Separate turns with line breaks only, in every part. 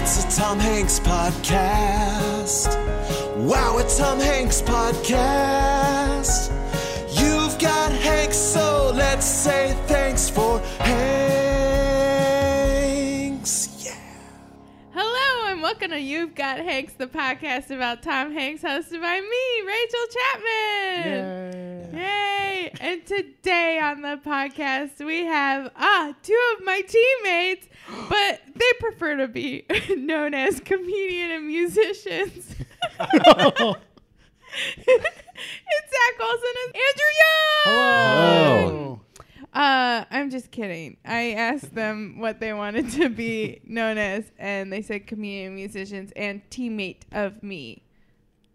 Tom Hanks podcast. Wow, it's Tom Hanks podcast. You've got Hanks, so let's say thanks for Hanks. Yeah.
Hello and welcome to You've Got Hanks, the podcast about Tom Hanks, hosted by me, Rachel Chapman. Yay! And today on the podcast we have ah two of my teammates, but they prefer to be known as comedian and musicians. it's Zach Olson and Andrew Young.
Hello.
Uh, I'm just kidding. I asked them what they wanted to be known as, and they said comedian, musicians, and teammate of me.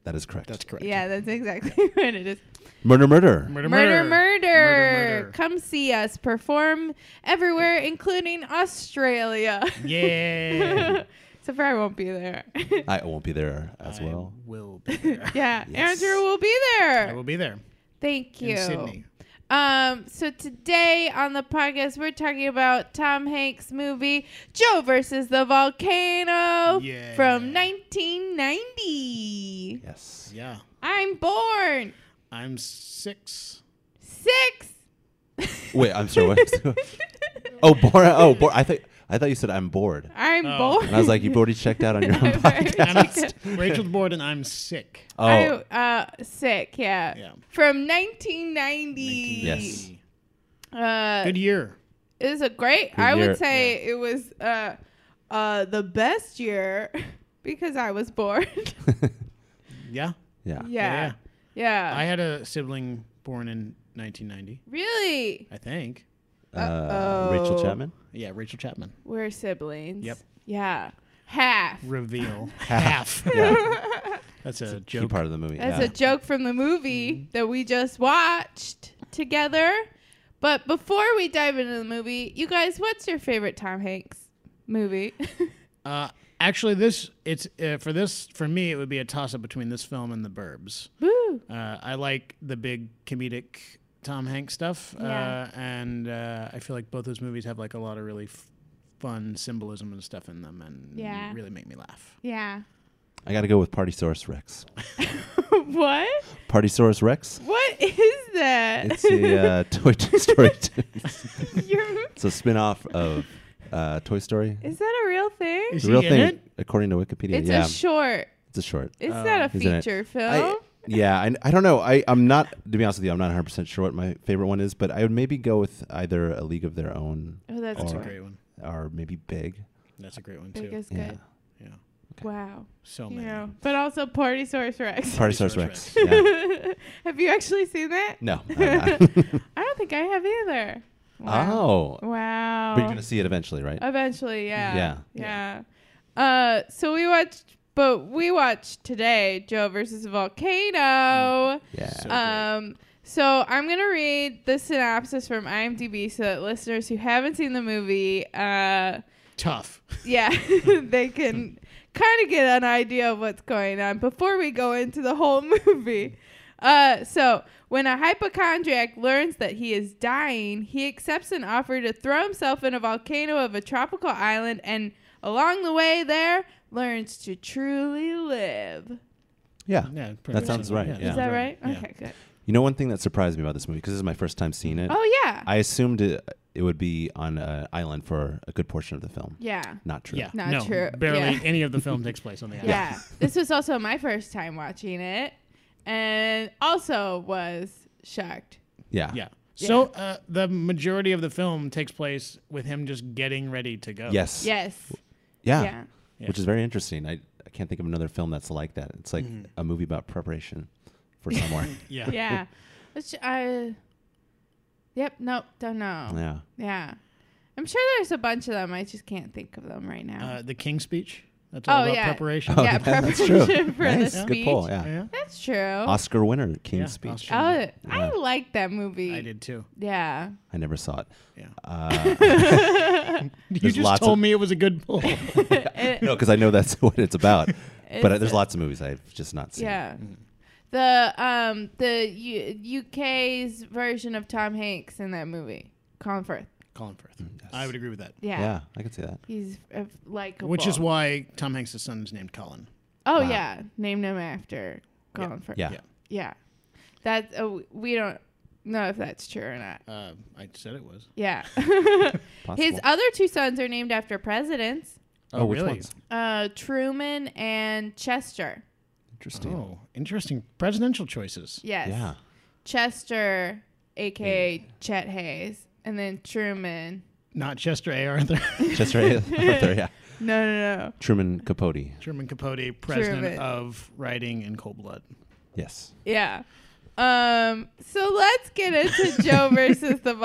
That is correct.
That's correct.
Yeah, that's exactly what it is.
Murder, murder.
Murder,
Murder,
murder.
Murder, murder.
Come see us perform everywhere, including Australia.
Yeah.
Except for I won't be there.
I won't be there as well.
I will be there.
yeah,
Yes.
Andrew will be
I
there.
will be there
Thank you.
in Sydney.
Um, so today on the podcast, we're talking about Tom Hanks' movie Joe versus the Volcano
Yeah.
from 1990.
Yes.
Yeah.
I'm born
I'm six.
six.
Wait, I'm sorry. What? oh, bored. Oh, bored. I thought I thought you said I'm bored,
I'm
Oh.
born.
and I was like, you've already checked out on your own
I'm very-
I'm
podcast.
Rachel's bored and I'm sick.
Oh,
I, uh, sick. Yeah.
Yeah.
From 1990.
Yes.
Uh,
Good year.
it was a great.
Good
I
year.
would say it was uh, uh, the best year because I was born.
Yeah.
yeah.
yeah.
yeah.
Yeah.
I had a sibling born in 1990,
Really? Oh.
I think.
Uh, Rachel
Uh-oh.
Chapman.
Yeah, Rachel Chapman.
We're siblings.
Yep.
Yeah. Half.
Reveal. Half.
Yeah,
That's a
key
joke.
part of the movie.
That's
yeah.
a joke from the movie that we just watched together. But before we dive into the movie, you guys, what's your favorite Tom Hanks movie?
Uh, actually, this it's uh, for this for me it would be a toss up between this film and The Burbs.
Woo.
Uh, I like the big comedic Tom Hanks stuff,
Yeah.
uh, and uh, I feel like both those movies have like a lot of really f- fun symbolism and stuff in them, and
Yeah.
really make me laugh.
Yeah.
I got to go with Party Source Rex.
what?
Party Source Rex.
What is that?
It's a uh, Toy Story. two.
You're-
it's a spin-off of uh, Toy Story.
is that a real thing?
Is
The real
he
thing,
in it?
according to Wikipedia,
It's
yeah,
a short.
it's a short.
It's not a
He's in it.
feature
I,
film.
yeah, I, I don't know. I, I'm not, to be honest with you, I'm not 100% sure what my favorite one is, but I would maybe go with either A League of Their Own
oh, that's,
That's a
Or-
great.
great one.
or maybe Big.
That's a great one
Big
too. Oh,
is
Yeah.
good.
Yeah,
Wow.
so
you
many.
know, but also Party Source Rex.
Party Source Rex. Yeah.
have you actually seen that?
No. I'm not.
I don't think I have either. Wow.
oh.
Wow. Uh,
But you're going to see it eventually, right?
Eventually, yeah.
Yeah.
Yeah. Uh, so we watched, but we watched today Joe versus Volcano.
yeah.
So
Um, so I'm going to read the synopsis from IMDb so that listeners who haven't seen the movie, uh,
great. tough.
yeah, they can kind of get an idea of what's going on before we go into the whole movie. Uh, so, when a hypochondriac learns that he is dying, he accepts an offer to throw himself in a volcano of a tropical island and along the way there learns to truly live.
yeah.
Yeah,
That sounds right, yeah.
Is that right?
Yeah.
Okay, good.
You know, one thing that surprised me about this movie, because this is my first time seeing it,
Oh, yeah.
I assumed it, it would be on an island for a good portion of the film.
yeah.
Not true.
Yeah,
Not
no,
true.
Barely
Yeah.
any of the film takes place on the island.
Yeah. this was also my first time watching it and also was shocked.
Yeah.
Yeah. So uh, the majority of the film takes place with him just getting ready to go.
Yes.
Yes.
Yeah.
Yeah.
Yeah.
Which is very interesting. I, I can't think of another film that's like that. It's like a movie about preparation for somewhere.
Yeah.
yeah. Which I. Yep. Nope. Don't know. Yeah.
yeah.
I'm sure there's a bunch of them. I just can't think of them right now.
Uh, the King's speech. That's all
Oh,
about
yeah.
preparation.
Yeah,
that's true.
preparation for the
nice. Good
speech.
pull. Yeah.
Yeah.
That's true.
Oscar winner, King's
Yeah,
Speech.
Oscar.
Oh, I like that movie.
I did too.
Yeah.
I never saw it.
Yeah.
Uh,
You
Uh,
There's
just
lots
told
of-
me it was a good pull.
It-
no, because I know that's what it's about. but
It's-
uh, there's lots of movies I've just not seen.
yeah.
Mm-hmm.
The um the U- UK's version of Tom Hanks in that movie, Colin Firth.
Colin Firth.
Mm,
I would agree with that.
Yeah.
Yeah, I could see that.
He's uh, like
Which is why Tom Hanks' son is named Colin.
Oh
Wow.
yeah, named him after Colin Firth.
Yeah.
Yeah.
Yeah. That uh, we don't know if that's true or not.
Uh, I said it was.
Yeah.
Possible.
His other two sons are named after presidents,
oh, which ones?
uh, Truman and Chester.
Interesting.
Oh, interesting presidential choices.
Yes.
Yeah.
Chester, aka Chet Hayes, and then Truman.
Not Chester A. Arthur.
Just right up there, yeah.
No, no, no.
Truman Capote.
Truman Capote, president
Truman.
of Writing in Cold Blood.
Yes.
Yeah. Um, so let's get into Joe versus the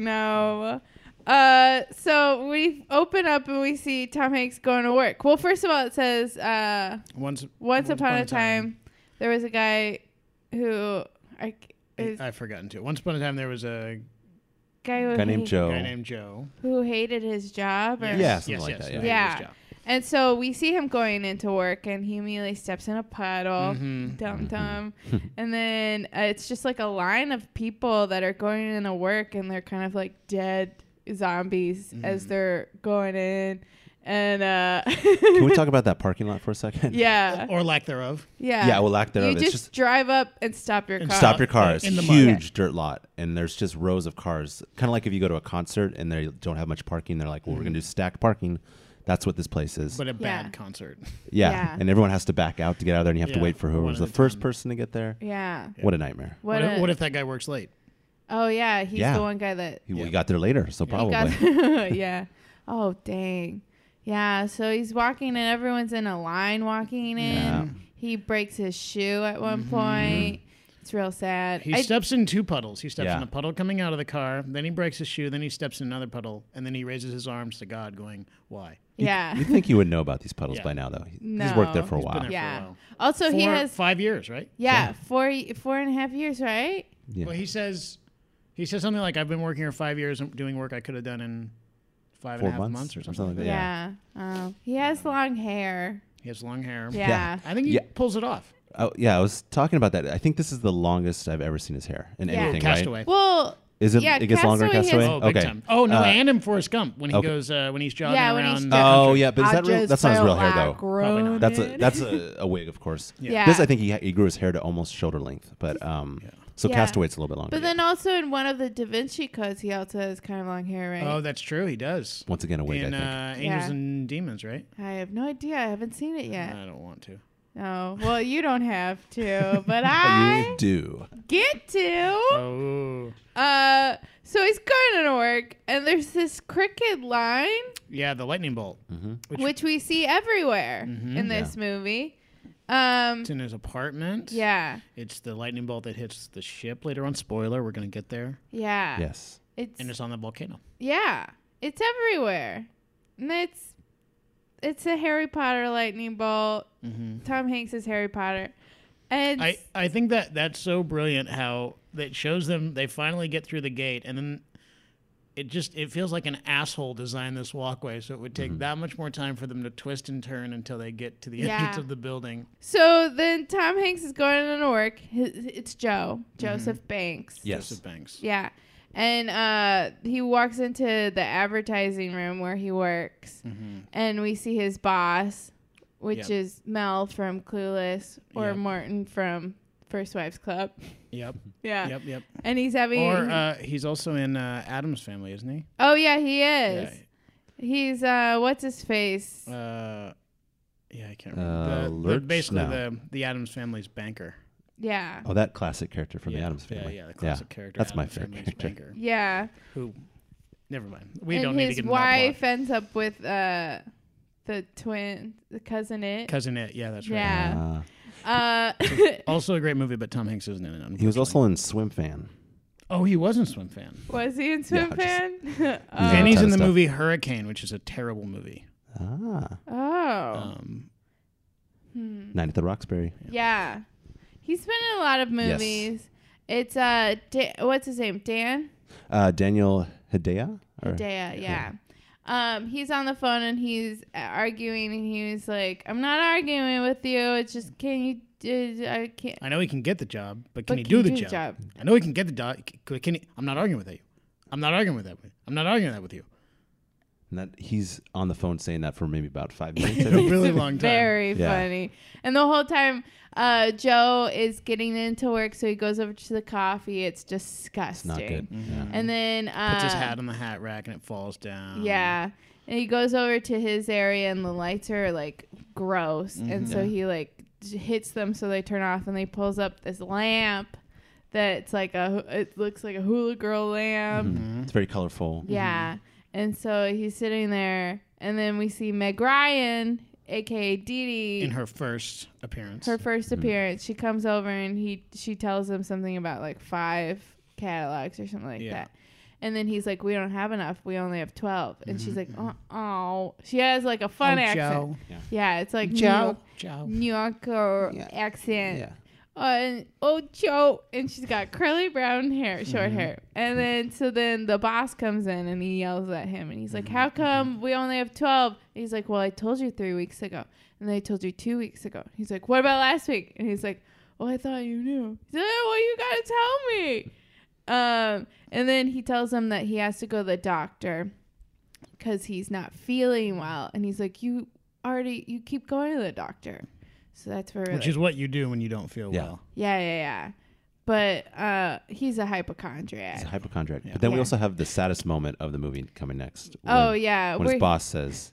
volcano. Uh, so we open up and we see Tom Hanks going to work. Well, first of all, it says, uh,
Once,
once, upon, a time, there was a guy who, I, is,
I've forgotten to. Once upon a time, there was a
guy, who
Guy named
hate-
Joe.
guy named Joe.
who hated his job. Or,
Yes. Yeah, something like that,
who
yeah.
hated his
Yeah.
job.
And so we see him going into work, and he immediately steps in a puddle,
Mhm.
Mm-hmm.
dum dum, and then uh, it's just like a line of people that are going into work, and they're kind of like dead zombies as they're going in, and uh,
Can we talk about that parking lot for a second?
yeah,
Or lack thereof.
yeah,
Yeah, well, lack thereof.
You
It's
just,
just-
drive up and stop your
And
car.
Stop your cars.
In the mud.
Huge dirt lot, and there's just rows of cars. Kind of like if you go to a concert and they don't have much parking, they're like, "Well, we're gonna do stacked parking." That's what this place is.
Mm-hmm. But a
Yeah.
bad concert.
yeah.
Yeah.
and everyone has to back out to get out of there, and you have to
Yeah.
wait for whoever
One
was
at a
the first
time.
person to get there.
Yeah.
What a nightmare.
What?
What, if,
a-
what if that guy works late?
oh yeah, he's
Yeah.
the one guy that
He, We
Yeah.
got there later, so
He
probably.
got- yeah. Oh dang. Yeah. So he's walking and everyone's in a line walking in.
Yeah.
He breaks his shoe at one point. It's real sad.
Mm-hmm. He
I-
steps in two puddles. He steps
Yeah.
in a puddle coming out of the car, then he breaks his shoe, then he steps in another puddle, and then he raises his arms to God, going, Why?
yeah.
You think you would know about these puddles
Yeah.
by now, though? He-
No.
He's worked there for a
He's
been
while.
there.
yeah.
while.
Also, he
Four-
has
five years, right?
yeah four y- four and a half years, right?
Yeah.
Well, he says, he says something like, "I've been working here five years and doing work I could have done in five and
Four
a half
months
months, or
or
something."
something
like
like
that.
Yeah.
Yeah.
Oh, he has long hair.
He has long hair.
Yeah.
Yeah.
I think he
Yeah.
pulls it off.
Oh, yeah. I was talking about that. I think this is the longest I've ever seen his hair in
Yeah.
anything, right?
Castaway.
Well,
Is it?
Yeah,
it gets longer. in
Castaway
Castaway.
has-
Oh, big
okay.
time. Oh no,
Uh,
and in Forrest Gump when he
okay.
goes uh, when he's jogging
Yeah, when he's
around.
jogging.
Oh yeah, but is
I
that real?
just
That's not his real
felt
hair
like
though.
Probably not.
That's a
groaning.
that's a, a wig, of course.
Yeah.
Yeah.
This I think he, he grew his hair to almost shoulder length, but um, so
Yeah.
Castaway it's a little bit longer.
But then also in one of the Da Vinci Codes, he also has kind of long hair, right?
Oh, that's true. He does.
once again, a wig.
in
I
uh, Angels
Yeah.
and Demons, right?
I have no idea. I haven't seen it yet.
I don't want to.
No. Well, you don't have to, but
think.
I
you do.
get to.
Oh,
Uh, so he's going to work, and there's this crooked line,
yeah, the lightning bolt.
which,
Which-
we see everywhere in this movie. Um,
It's in his apartment.
yeah,
It's the lightning bolt that hits the ship later on. Spoiler, we're gonna get there.
yeah.
Yes.
It's,
And it's on the volcano.
yeah, it's everywhere. And it's it's a Harry Potter lightning bolt. Tom Hanks is Harry Potter. And
Mm-hmm. I,
it's-
I think that that's so brilliant how it shows them they finally get through the gate and then it just it feels like an asshole designed this walkway so it would
Mm-hmm.
take that much more time for them to twist and turn until they get to the
Yeah.
entrance of the building.
So then Tom Hanks is going into work. His- It's Joe,
Mm-hmm.
Joseph Banks.
Yes.
Joseph Banks.
Yeah. And uh, he walks into the advertising room where he works,
Mm-hmm.
and we see his boss, which
Yep.
is Mel from Clueless or
Yep.
Martin from First Wives Club.
Yep.
Yeah.
Yep. Yep.
And he's having.
Or uh, he's also in uh, Adam's family, isn't he?
oh, yeah, he is. He's, uh, what's his face?
Yeah. Uh, yeah, I can't
Uh,
remember. The- the,
Lurch?
basically,
No.
the the Adams family's banker.
yeah.
Oh, that classic character from the
Yeah,
Adams family.
Yeah, yeah, the classic character.
That's my
Addams
favorite
Family's
character.
banker.
Yeah.
Who? Never mind. We
and
don't
his
need to get into that plot.
wife ends up with uh, the twin, the cousin it.
Cousin It. Yeah, that's right.
Yeah.
Uh,
Uh,
Also a great movie, but Tom Hanks isn't in it.
he was
unfortunately.
also in Swim Fan.
Oh, he was in Swim Fan.
was he in Swim
just-
Fan?
Yeah,
and
a
he's in
ton of
the
stuff.
movie Hurricane, which is a terrible movie.
Ah,
oh,
Um,
Night at the Roxbury.
yeah. He's been in a lot of
Yes.
movies. It's uh, da- what's his name? Dan
Uh, Daniel Hedaya. Or-
Hedaya. Yeah. Um, he's on the phone and he's uh, arguing and he was like, "I'm not arguing with you. It's just can you? do I can't.
I know he can get the job, but can
but
he
can
do
you
the job? I know he can get the job. Can he, I'm not arguing with you. I'm not arguing with that. I'm not arguing that with you.
And that he's on the phone saying that for maybe about five minutes. I
A
think.
really long time.
Very
Yeah.
funny. And the whole time, uh, Joe is getting into work, so he goes over to the coffee. It's disgusting.
Not good. Yeah.
And then uh,
Puts his hat on the hat rack and it falls down.
Yeah. And he goes over to his area and the lights are like gross.
Mm-hmm.
And so he like j- hits them so they turn off and they pulls up this lamp that's like a it looks like a hula girl lamp.
Mm-hmm.
It's very colorful.
Yeah. And so he's sitting there and then we see Meg Ryan, aka Dee Dee
In her first appearance.
her first
mm-hmm.
appearance she comes over and he she tells him something about like five catalogs or something like
Yeah.
that and then he's like we don't have enough we only have 12 and she's like oh, oh she has like a fun
Mm-hmm, Oh,
accent
Joe.
yeah it's like
Joe. Joe.
new, new yorker
Yeah.
accent
Yeah.
uh, and, oh Joe, and she's got curly brown hair, short hair, and then so then the boss comes in and he yells at him, and he's like, "How come we only have 12? He's like, "Well, I told you three weeks ago, and I told you two weeks ago." He's like, "What about last week?" And he's like, "Well, I thought you knew." He's like, "Oh, "Well, you gotta tell me." Um, and then he tells him that he has to go to the doctor because he's not feeling well, and he's like, "You already, you keep going to the doctor." So that's where
Which is what you do when you don't feel
Yeah.
well.
yeah, yeah, yeah. But uh, he's a hypochondriac.
It's a hypochondriac. But then we
Yeah.
also have the saddest moment of the movie coming next.
oh
when-
yeah,
When his
we're-
boss says,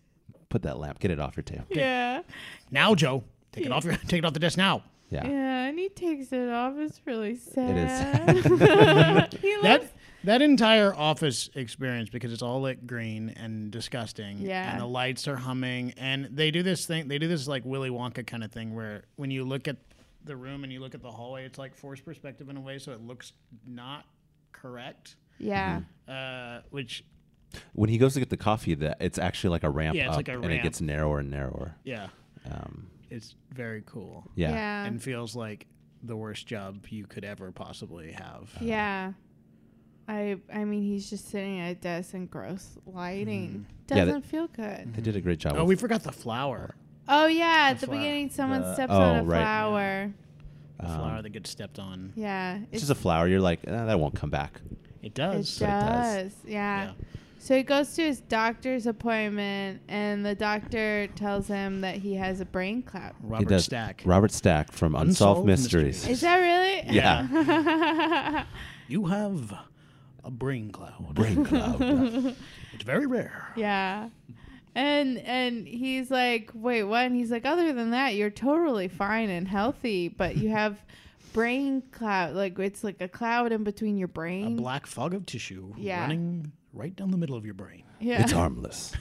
"Put that lamp. Get it off your table."
Yeah,
Now, Joe, take it off your take it off the desk now.
Yeah.
yeah, and he takes it off. It's really
is
sad. he
That
looks,
that entire office experience because it's all lit green and disgusting.
Yeah.
And the lights are humming and they do this thing they do this like Willy Wonka kind of thing where when you look at the room and you look at the hallway, it's like forced perspective in a way, so it looks not correct.
yeah,
Uh, which
When he goes to get the coffee, that it's actually like a ramp
Yeah, it's
up,
like a
and it
ramp.
gets narrower and narrower.
yeah,
Um,
it's very cool.
yeah.
yeah,
And feels like the worst job you could ever possibly have.
yeah. I I mean, he's just sitting at a desk in gross lighting.
Yeah,
Doesn't
that-
feel good.
They did a great job.
Oh, we
with-
forgot the flower.
Oh yeah, at
The
the
flower.
beginning, someone
The-
steps
oh,
on a
right.
flower.
The flower that gets stepped on.
Yeah,
it's
it's-
just a flower. You're like, "Ah, that won't come back.
It
It
does.
does.
what it does.
Yeah.
Yeah.
So he goes to his doctor's appointment, and the doctor tells him that he has a brain cloud.
He
Robert
does.
Stack.
Robert Stack from Unsolved,
Unsolved
Mysteries.
Mysteries.
Is that really?
Yeah.
You have a brain cloud.
Brain cloud.
It's very rare.
yeah. And and he's like, wait, what? And he's like, other than that, you're totally fine and healthy, but you have brain cloud. Like it's like a cloud in between your
A
brain.
black fog of tissue
Yeah.
running right down the middle of your brain.
yeah.
it's harmless.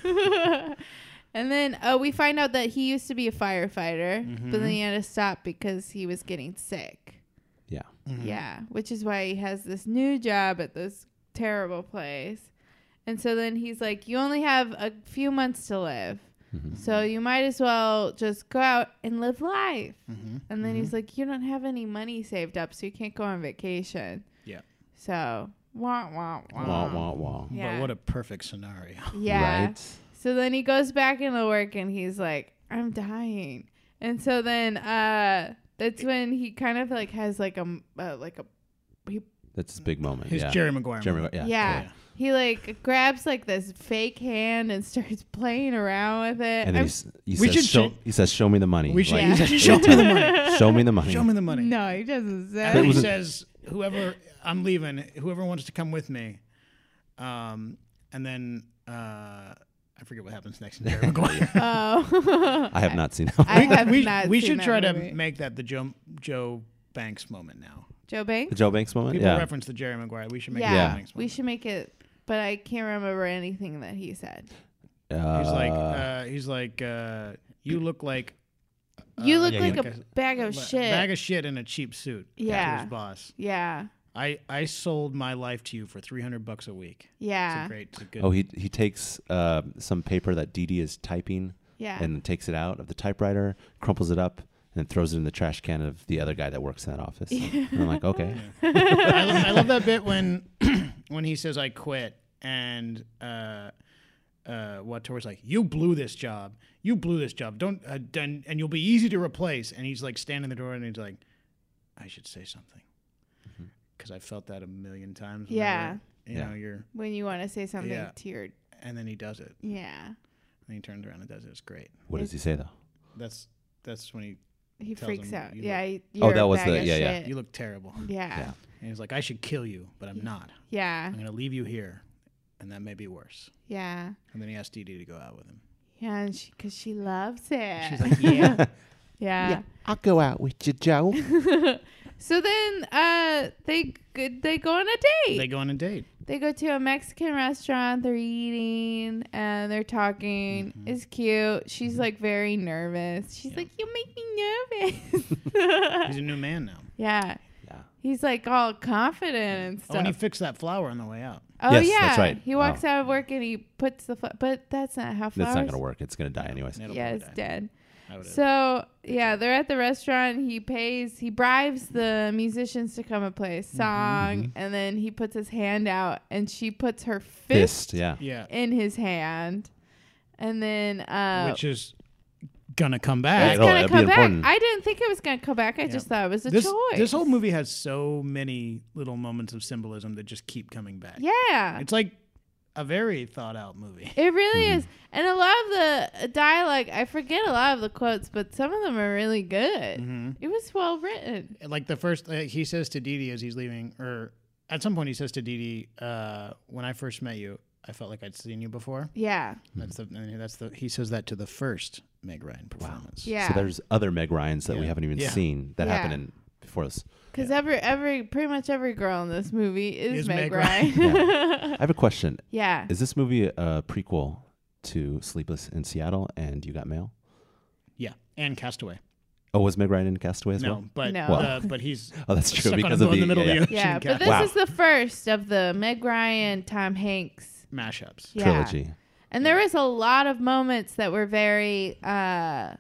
And then uh, we find out that he used to be a firefighter, but then he had to stop because he was getting sick.
Yeah.
Yeah, which is why he has this new job at this terrible place. And so then he's like, You only have a few months to live. So you might as well just go out and live life. And then he's like, You don't have any money saved up, so you can't go on vacation.
Yeah.
So, wah, wah, wah.
Wah wah wah.
Yeah.
But what a perfect scenario.
yeah.
Right.
So then he goes back into work and he's like, I'm dying. And so then uh that's when he kind of like has like a m- uh, like a he
That's his big moment.
His
yeah.
Jerry Maguire.
Jeremy.
moment.
Yeah.
yeah. He like grabs like this fake hand and starts playing around with it.
And
I'm-
then he's, he
We
says,
should
show,
ch-
he says, "Show me the money."
We should
Like,
Yeah.
he says, show me the money.
Show me the money.
Show me the money.
no, he doesn't
And
say.
then
That
he
was a-
says, "Whoever I'm leaving, whoever wants to come with me." Um, and then uh, I forget what happens next. in Jerry Maguire.
Oh,
I have not seen that.
I have
we
not.
we
seen
should
that
try
movie.
to make that the Joe Joe Banks moment now.
Joe Banks.
the Joe Banks moment.
People
Uh, yeah.
reference the Jerry Maguire. We should make
Yeah,
it
Yeah.
Joe Banks
we
moment.
should make it. But I can't remember anything that he said.
Uh,
He's like, uh, he's like, uh, you look like Uh,
You look
yeah,
like
like
a
a-
bag of
a
Oh, shit.
bag of shit in a cheap suit. to
Yeah.
his boss.
yeah,
I, I sold my life to you for three hundred bucks a week. It's
yeah,
a great, it's a good.
oh, he he takes uh, some paper that Dee Dee is typing
yeah.
and takes it out of the typewriter, crumples it up, and throws it in the trash can of the other guy that works in that office. And I'm like, okay,
I, lo- I love that bit when when he says I quit and uh, uh, what Tori's like you blew this job, you blew this job. Don't uh, done, and you'll be easy to replace. And he's like standing in the door and he's like, I should say something because I felt that a million times. whenever
Yeah.
You
Mm-hmm. Yeah.
know, you're,
when you want to say something
Yeah.
to your
and then he does it,
yeah.
and he turns around and does it. It's great.
What does he say though?
That's that's when he
He
tells
freaks
him,
out.
"You
Yeah. he-
Oh,
you're
that
a
was
bag
the-
of
yeah, yeah.
shit.
you look terrible,
Yeah.
and he's like, I should kill you, but I'm not.
Yeah.
I'm gonna leave you here, and that may be worse.
Yeah.
And then he asks Dee Dee to go out with him.
Yeah. And she, cause she loves it.
She's like, yeah.
yeah.
I'll go out with you, Joe.
So then, uh, they g- they go on a date.
they go on a date.
They go to a Mexican restaurant. They're eating and they're talking.
Mm-hmm.
It's cute. She's like very nervous. She's like, "You make me nervous."
He's a new man now.
yeah.
Yeah.
He's like all confident and
Oh, and he
stuff.
fixed that flower on the way out.
Oh,
Yes,
yeah.
that's right.
He walks out of work and he puts the fl- but that's not how flowers.
That's not gonna work. It's gonna die anyways.
And it'll
Yeah,
probably
it's
die.
dead.
I would have-
So yeah, they're at the restaurant. He pays, he bribes the musicians to come and play
Mm-hmm,
a song, and then he puts his hand out, and she puts her fist,
Fist, yeah.
yeah,
in his hand, and then uh,
which is gonna come
it's
back.
Oh,
gonna
that'd be
come back.
important.
I didn't think it was gonna come back. I just thought it was a
this
choice.
this whole movie has so many little moments of symbolism that just keep coming back.
yeah,
It's like a very thought out movie.
it really
Mm-hmm.
is. And a lot of the uh, dialogue, I forget a lot of the quotes, but some of them are really good.
Mm-hmm.
It was well written.
Like the first uh, he says to Dee Dee as he's leaving, or at some point he says to Dee Dee, uh, "When I first met you, I felt like I'd seen you before."
Yeah,
Hmm.
That's the and that's the he says that to the first Meg Ryan performance.
yeah.
So there's other Meg Ryans that we
Yeah.
haven't even
Yeah.
seen that
Yeah.
happened in before this.
Because every every pretty much every girl in this movie is,
Is
Meg,
Meg
Ryan.
I have a question.
yeah.
Is this movie a prequel to Sleepless in Seattle and You Got Mail?
Yeah, and Castaway.
Oh, was Meg Ryan in Castaway as
no,
well?
but
No.
uh, but he's
Oh, that's true
stuck on
because
a
of
boat
the,
in the middle
yeah,
of the ocean.
yeah,
in
but this
Castaway.
is the first of the Meg Ryan, Tom Hanks.
mashups.
Yeah.
trilogy.
And there was a lot of moments that were very uh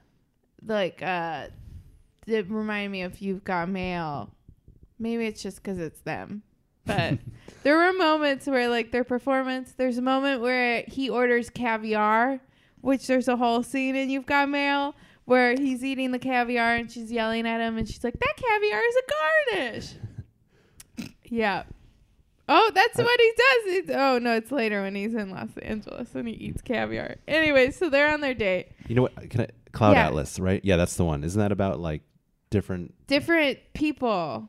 like uh that remind me of You've Got Mail. Maybe it's just because it's them. But there were moments where like their performance, there's a moment where he orders caviar, which there's a whole scene in You've Got Mail where he's eating the caviar and she's yelling at him and she's like, That caviar is a garnish. yeah. Oh, that's
Uh,
what he does. It's, oh no, it's later when he's in Los Angeles and he eats caviar. Anyway, so they're on their date.
You know what? Can I Cloud
Yeah.
Atlas, right? Yeah, that's the one. Isn't that about like different
Different people.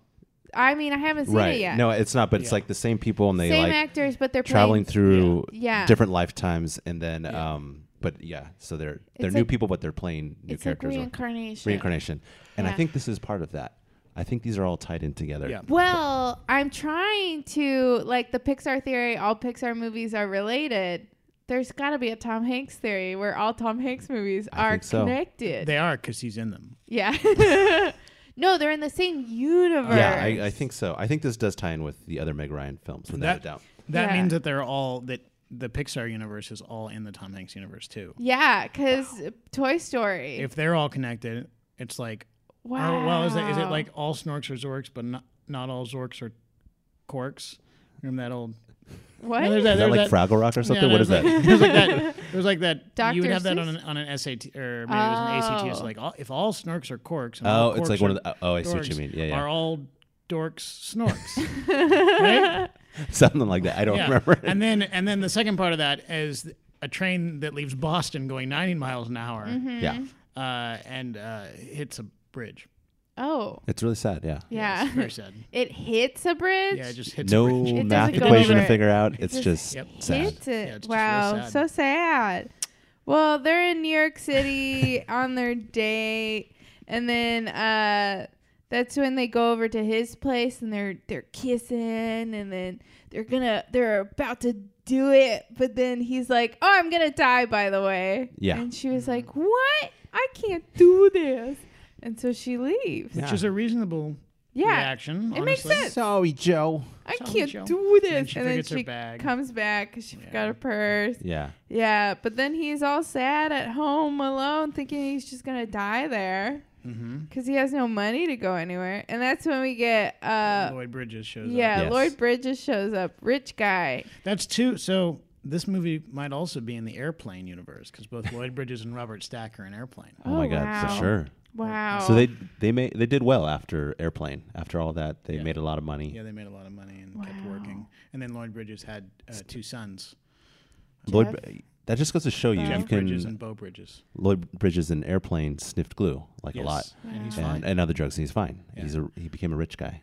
I mean, I haven't seen it
Right.
yet.
No, it's not, but it's
Yeah.
like the same people and they
Same
like
actors, but they're
traveling
playing-
through
Yeah. Yeah.
different lifetimes and then um but yeah, so they're they're
It's
new
like-
people but they're playing new
It's like
characters. or-
reincarnation.
reincarnation. And I
Yeah.
think this is part of that. I think these are all tied in together.
Yeah.
Well, I'm trying to like the Pixar theory. All Pixar movies are related. There's got to be a Tom Hanks theory where all Tom Hanks movies
I
are
think so.
connected.
They are because he's in them.
yeah. no, they're in the same universe.
Yeah, I, I think so. I think this does tie in with the other Meg Ryan films, without
That-
a doubt.
That
Yeah.
means that they're all that the Pixar universe is all in the Tom Hanks universe too.
Yeah, because Toy Story.
If they're all connected, it's like
wow.
oh, well, is it is it like all Snorks are Zorks, but not not all Zorks are Corks? Remember that old?
what?
No, there's
Is that
there's
like Fraggle Rock or something?
yeah,
what is
there's
that?
like- there's like that. There's like that. you would
Dr.
have that on
Seuss?
an, on an SAT or maybe it was an ACT. It's
Oh.
like all, if all Snorks are Corks. And all
Oh, it's
corks
like one
are
of the. Oh, I see what you
dorks,
mean. Yeah, yeah.
Are all dorks snorks? right?
Something like that. I don't
Yeah.
remember.
And then and then the second part of that is a train that leaves Boston going 90 miles an hour
Mm-hmm.
yeah.
uh, and uh, hits a bridge.
oh,
It's really sad. Yeah.
yeah.
It's very sad.
It hits a bridge.
Yeah, it just hits
No
a bridge.
It
math
doesn't go
equation
over
to
it.
figure out. It's
just-
just
Yep.
sad.
hits it.
Yeah, it's just real
wow,
sad.
so sad. Well, they're in New York City on their date, and then uh, that's when they go over to his place, and they're they're kissing, and then they're gonna they're about to do it, but then he's like, "Oh, I'm gonna die, by the way."
Yeah.
and she
Mm-hmm.
was like, "What? I can't do this," and so she leaves.
Yeah.
Which is a reasonable
Yeah.
reaction.
It makes
honestly.
sense.
Sorry, Joe.
I
Sorry,
can't
Joe.
do this.
And she forgets her
she
bag.
comes back because she forgot her purse.
Yeah.
Yeah, but then he's all sad at home alone, thinking he's just gonna die there
Mm-hmm.
because he has no money to go anywhere. And that's when we get, uh,
Lloyd Bridges shows up.
yeah,
Yes.
Lloyd Bridges shows up, rich guy.
That's two. So this movie might also be in the airplane universe because both Lloyd Bridges and Robert Stack are in airplane.
Oh,
Oh,
my God.
wow.
For sure.
Wow.
So they they made they did well after Airplane. After all that, they
Yeah.
made a lot of money.
Yeah, they made a lot of money and kept
Wow.
working. And then Lloyd Bridges had uh, two sons,
Lloyd,
Jeff?
that just goes to show you,
Jeff
you
Jeff
can
Bridges and Bo Bridges.
Lloyd Bridges and Airplane sniffed glue like
Yes,
a lot,
and he's fine.
and, and other drugs, and he's fine.
Yeah.
He's a he became a rich guy.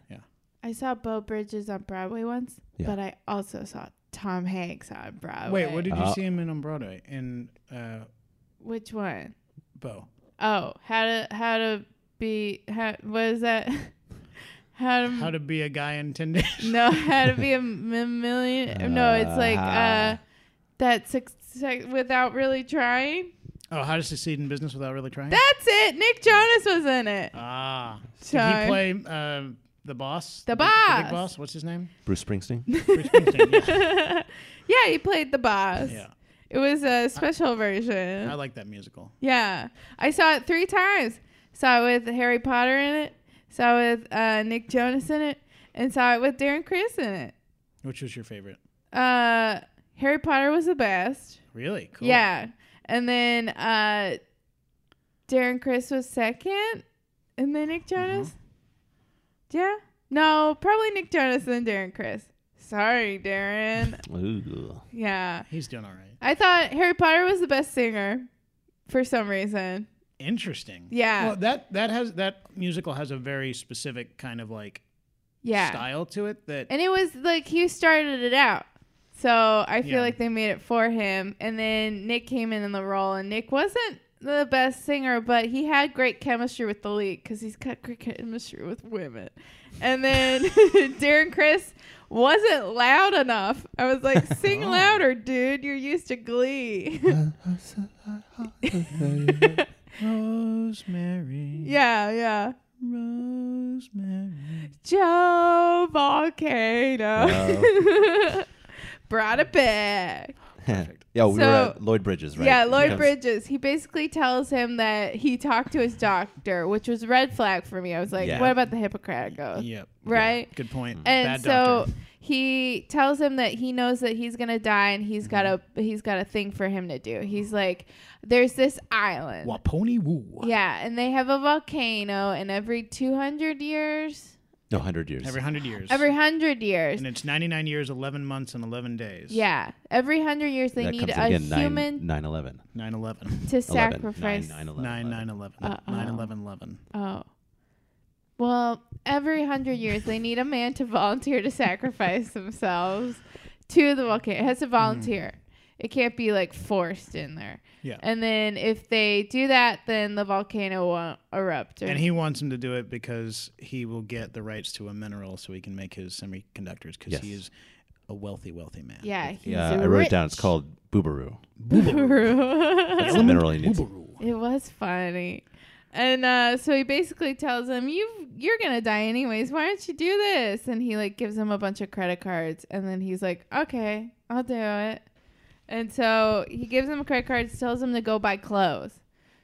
I saw Bo Bridges on Broadway once,
Yeah.
but I also saw Tom Hanks on Broadway.
Wait, what did you
Uh,
see him in on Broadway? In uh,
Which one?
Bo.
Oh, how to how to be how what is that? how to,
How to be a guy in ten days?
no how to be a m- m- million? no, it's like uh,
Ah.
Uh-huh.
that success without really trying.
Oh, how to succeed in business without really trying?
That's it. Nick Jonas was in it.
ah, did
Sorry.
he play uh, the boss?
The
big- the
boss.
big boss. What's his name?
Bruce Springsteen.
Bruce Springsteen, yeah.
yeah, he played the boss.
Yeah.
It was a special version.
I like that musical.
Yeah. I saw it three times. Saw it with Harry Potter in it, saw it with uh, Nick Jonas in it, and saw it with Darren Chris in it.
Which was your favorite?
Uh, Harry Potter was the best.
Really cool.
Yeah. And then uh, Darren Chris was second, and then Nick Jonas. Yeah. No, probably Nick Jonas and then Darren Chris. Sorry, Darren.
Ooh.
yeah.
he's doing all right.
I thought Harry Potter was the best singer for some reason.
Interesting.
Yeah.
Well, that that has that musical has a very specific kind of like
Yeah.
style to it that
And it was like he started it out. So I feel
Yeah.
like they made it for him. And then Nick came in in the role, and Nick wasn't the best singer, but he had great chemistry with the lead because he's got great chemistry with women. And then Darren Chris wasn't loud enough. I was like, sing louder, dude. You're used to glee.
Rosemary.
yeah, yeah.
Rosemary.
Joe Volcano brought it back.
yeah, we
So-
were at Lloyd Bridges, right?
Yeah,
He
Lloyd
comes-
Bridges. He basically tells him that he talked to his doctor, which was red flag for me. I was like,
Yeah.
what about the Hippocratic oath?
Yep.
Right?
Good point.
And
Bad
so
doctor.
he tells him that he knows that he's gonna die and he's got a he's got a thing for him to do. He's like, There's this island.
Waponi woo.
Yeah, and they have a volcano and every two hundred years
No, hundred years.
Every hundred years.
every hundred years.
and it's ninety nine years, eleven months, and eleven days.
Yeah. Every hundred years they
that
need
comes
a
in again,
human
nine eleven.
Nine eleven.
to
Eleven. Nine,
sacrifice.
nine, eleven,
Nine
eleven.
nine eleven.
Uh-oh.
Nine eleven eleven.
Oh. Well, every hundred years they need a man to volunteer to sacrifice themselves to the volcano. It has to
Mm-hmm.
volunteer. It can't be like forced in there.
Yeah.
And then if they do that, then the volcano won't erupt. Or,
And he wants him to do it because he will get the rights to a mineral so he can make his semiconductors because he
Yes.
is a wealthy, wealthy man.
yeah, he's
Yeah, I wrote it down. It's called Boobaroo.
called.
That's the mineral he needs.
Boobaroo.
It was funny. And uh, so he basically tells him, "You you're gonna die anyways. Why don't you do this?" And he like gives him a bunch of credit cards, and then he's like, "Okay, I'll do it." And so he gives him credit cards, tells him to go buy clothes.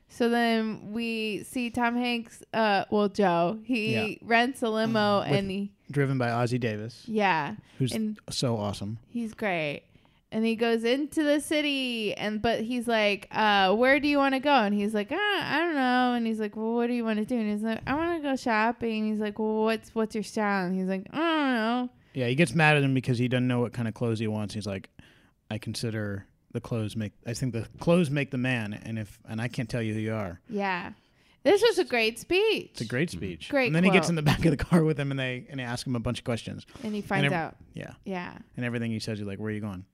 So then we see Tom Hanks, uh, well Joe, he
Yeah.
rents a limo, and he,
Driven by Ozzy Davis,
yeah,
who's
and
so awesome.
He's great. And he goes into the city and but he's like, uh, where do you want to go? And he's like, ah, I don't know. And he's like, Well, what do you want to do? And he's like, I wanna go shopping. And he's like, Well, what's what's your style? And he's like, I don't know.
Yeah, he gets mad at him because he doesn't know what kind of clothes he wants. He's like, I consider the clothes make. I think the clothes make the man, and if and I can't tell you who you are.
Yeah. This was a great speech.
It's a great
Mm-hmm.
speech.
Great
And then he gets
quote.
in the back of the car with him, and they and they ask him a bunch of questions.
and he finds
and ev-
out.
Yeah,
Yeah.
and everything he says, you're like, where are you going?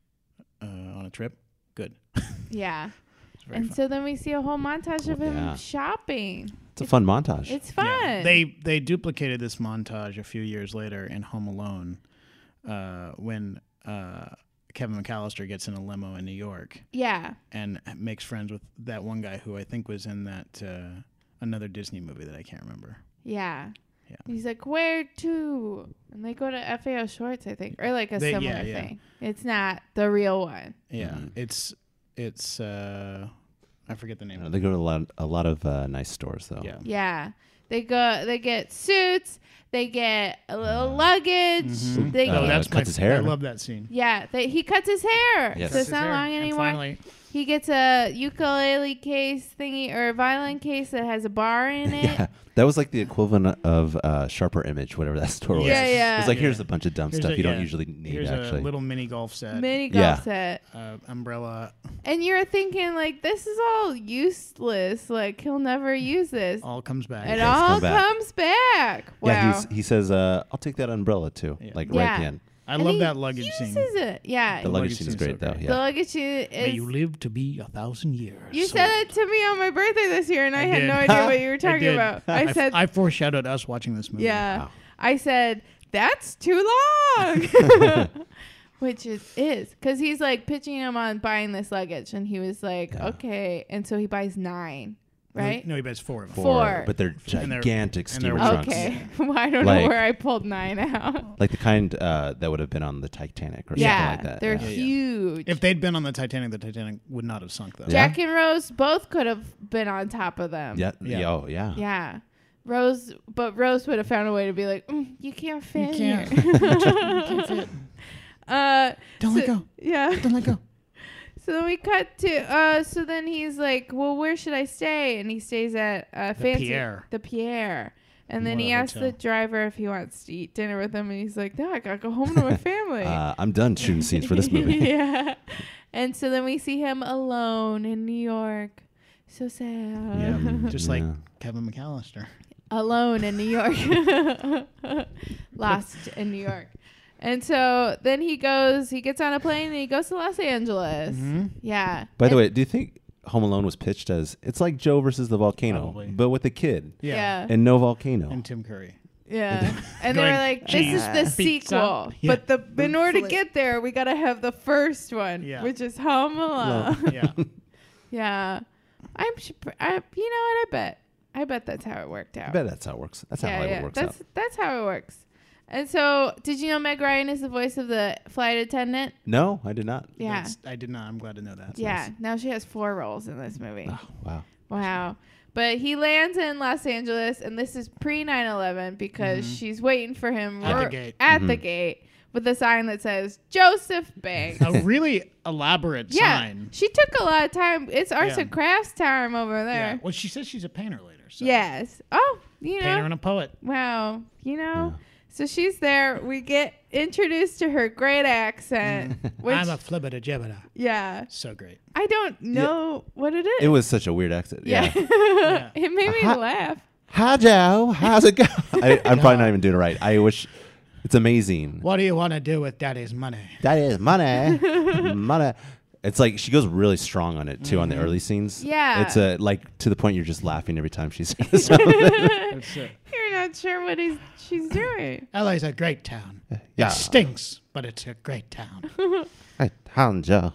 Uh, on a trip. Good.
Yeah.
It's very
And
fun.
so then we see a whole montage of him
Yeah.
shopping.
It's a fun montage.
It's fun.
Yeah. They they duplicated this montage a few years later in Home Alone, uh, when uh, Kevin McAllister gets in a limo in New York
yeah.
and makes friends with that one guy who I think was in that uh, another Disney movie that I can't remember.
Yeah.
Yeah.
He's like, where to? And they go to FAO Shorts, I think, or like a
They- yeah,
similar
yeah.
thing. It's not the real one.
Yeah,
Mm-hmm.
it's it's uh, I forget the name.
Uh,
of
they go to a lot, a lot of uh, nice stores though.
it. Yeah.
Yeah. They go, they get suits, they get a little luggage. They
Uh,
Mm-hmm.
get,
that's- cuts his hair.
Oh, I love that scene.
yeah, they, he cuts his hair.
Yes.
So
Cuts
it's not long anymore.
And finally,
He gets a ukulele case thingy or a violin case that has a bar in it.
Yeah, that was like the equivalent of uh, sharper image, whatever that store was.
Yeah, yeah.
It's like here's a bunch of dumb
Here's
stuff
a-
you don't
yeah.
usually need.
Here's
actually,
a little mini golf set,
Mini golf
Yeah.
set.
uh, umbrella,
And you're thinking like this is all useless. Like he'll never use this.
all comes back.
it
does come
all
back.
comes back. Wow.
yeah. He's, he says, uh, "I'll take that umbrella too."
Yeah.
Like
Yeah.
right then,
I
And
love
he
that luggage scene.
uses it. Yeah.
the
The,
luggage
luggage
scene is
scene's
great
so
though.
great.
Yeah,
luggage is.
May you live to be a thousand years.
You
So-
said it to me on my birthday this year, and I,
I
had
did.
no idea what you were
I
talking
did.
about.
I
I
f-
said,
I foreshadowed us watching this movie.
yeah.
Wow.
I said, that's too long. Which is is because he's like pitching him on buying this luggage, and he was like, okay, and so he buys nine,
No,
right?
No, he bets four of them.
Four.
but they're
And they're-
gigantic
and they're
steamer
white.
trunks,
Okay, well, I don't know
Like-
where I pulled nine out.
like the kind uh, that would have been on the Titanic or
Yeah,
something like that.
they're
yeah.
yeah.
huge.
If they'd been on the Titanic, the Titanic would not have sunk though.
Yeah.
Jack and Rose both could have been on top of them.
Yeah,
Yeah.
yeah, oh yeah.
Yeah. Rose, but Rose would have found a way to be like, "Mm, you can't fit. in
can't.
here." uh,
Don't let
so-
go.
Yeah.
Don't let go.
So then we cut to. Uh, so then he's like, well, where should I stay? And he stays at uh,
The
fancy
Pierre.
the Pierre. And then
What
he
a
asks the
hotel.
driver if he wants to eat dinner with him, and he's like, "No, I gotta go home to my family."
Uh, I'm done shooting scenes for this movie.
yeah. And so then we see him alone in New York. So sad.
Mm,
Just like
yeah.
Kevin McAllister.
alone in New York, lost in New York. And so then he goes, he gets on a plane and he goes to Los Angeles. Yeah.
Mm-hmm. By the
And-
way, do you think Home Alone was pitched as it's like Joe versus the volcano,
Probably.
but with a kid
yeah.
and no volcano?
And Tim Curry.
Yeah. And they were
Going,
like, this is the
"Cheese, pizza."
sequel.
Yeah.
But the in order to get there, we got to have the first one,
Yeah.
which is Home Alone.
Yeah.
yeah. I'm, sh- I, you know what? I bet. I bet that's how it worked out.
I bet that's how it works. That's how Hollywood works
that's
out.
that's how it works. And so, did you know Meg Ryan is the voice of the flight attendant?
No, I did not.
Yeah,
That's- I did not. I'm glad to know that.
yeah. Now she has four roles in this movie.
Oh, wow.
Wow. But he lands in Los Angeles, and this is pre 9 11 because she's waiting for him
Mm-hmm. At the
ro-
gate. Mm-hmm.
at the gate with a sign that says Joseph Banks.
A really elaborate
yeah,
sign.
she took a lot of time. It's arts
Yeah.
and crafts time over
Yeah.
there.
Well, she says she's a painter later. So.
Yes. Oh, you know,
Painter and a poet.
Wow. You know?
Yeah.
So she's there. We get introduced to her great accent, which,
I'm a flibbita jibbita.
yeah,
So great.
I don't know what it is.
It was such a weird accent.
yeah.
Yeah.
it made me
Uh-huh.
laugh.
Hi, Joe. How's it going? I, I'm probably not even doing it right. I wish. It's amazing.
What do you want to do with daddy's money?
That is money. money. It's like she goes really strong on it too on the early scenes.
Yeah.
It's a like to the point you're just laughing every time she says
That's it.
You're not sure what he's, she's doing.
LA's a great town.
Yeah.
It stinks, but it's a great town.
something. Joe.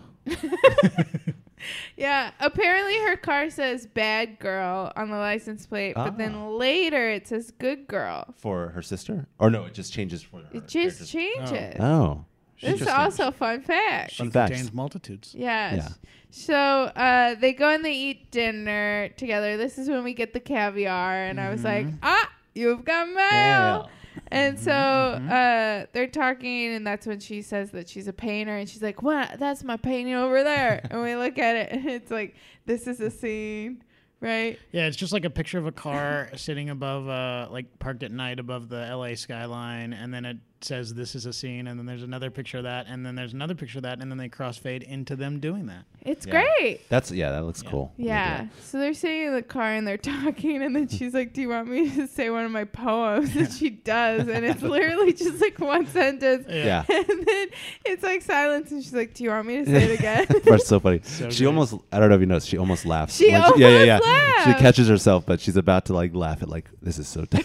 Yeah, apparently her car says bad girl on the license plate, but
Ah.
then later it says good girl.
For her sister? Or no, it just changes for her.
It
character.
just changes.
Uh, Oh.
This is
Interesting.
also a fun fact.
Fun
It
facts.
contains multitudes.
Yes. So uh, they go and they eat dinner together. This is when we get the caviar, and I was like, ah, you've got mail. And so uh, they're talking, and that's when she says that she's a painter, and she's like, "What? That's my painting over there." and we look at it, and it's like, "This is a scene, right?"
Yeah, it's just like a picture of a car sitting above, uh, like parked at night above the LA skyline, and then it says this is a scene, and then there's another picture of that, and then there's another picture of that, and then they crossfade into them doing that.
It's
Yeah.
great.
That's yeah, that looks cool. Let me do
Yeah.
it.
So they're sitting in the car and they're talking, and then she's like, "Do you want me to say one of my poems?" And she does, and it's literally just like one sentence.
Yeah.
And then it's like silence, and she's like, "Do you want me to say it again?"
That's so funny. she
good.
almost I don't know if you noticed, she almost laughs.
She
when yeah, yeah, yeah.
almost
She
laughed.
catches herself, but she's about to like laugh at like this is so dumb.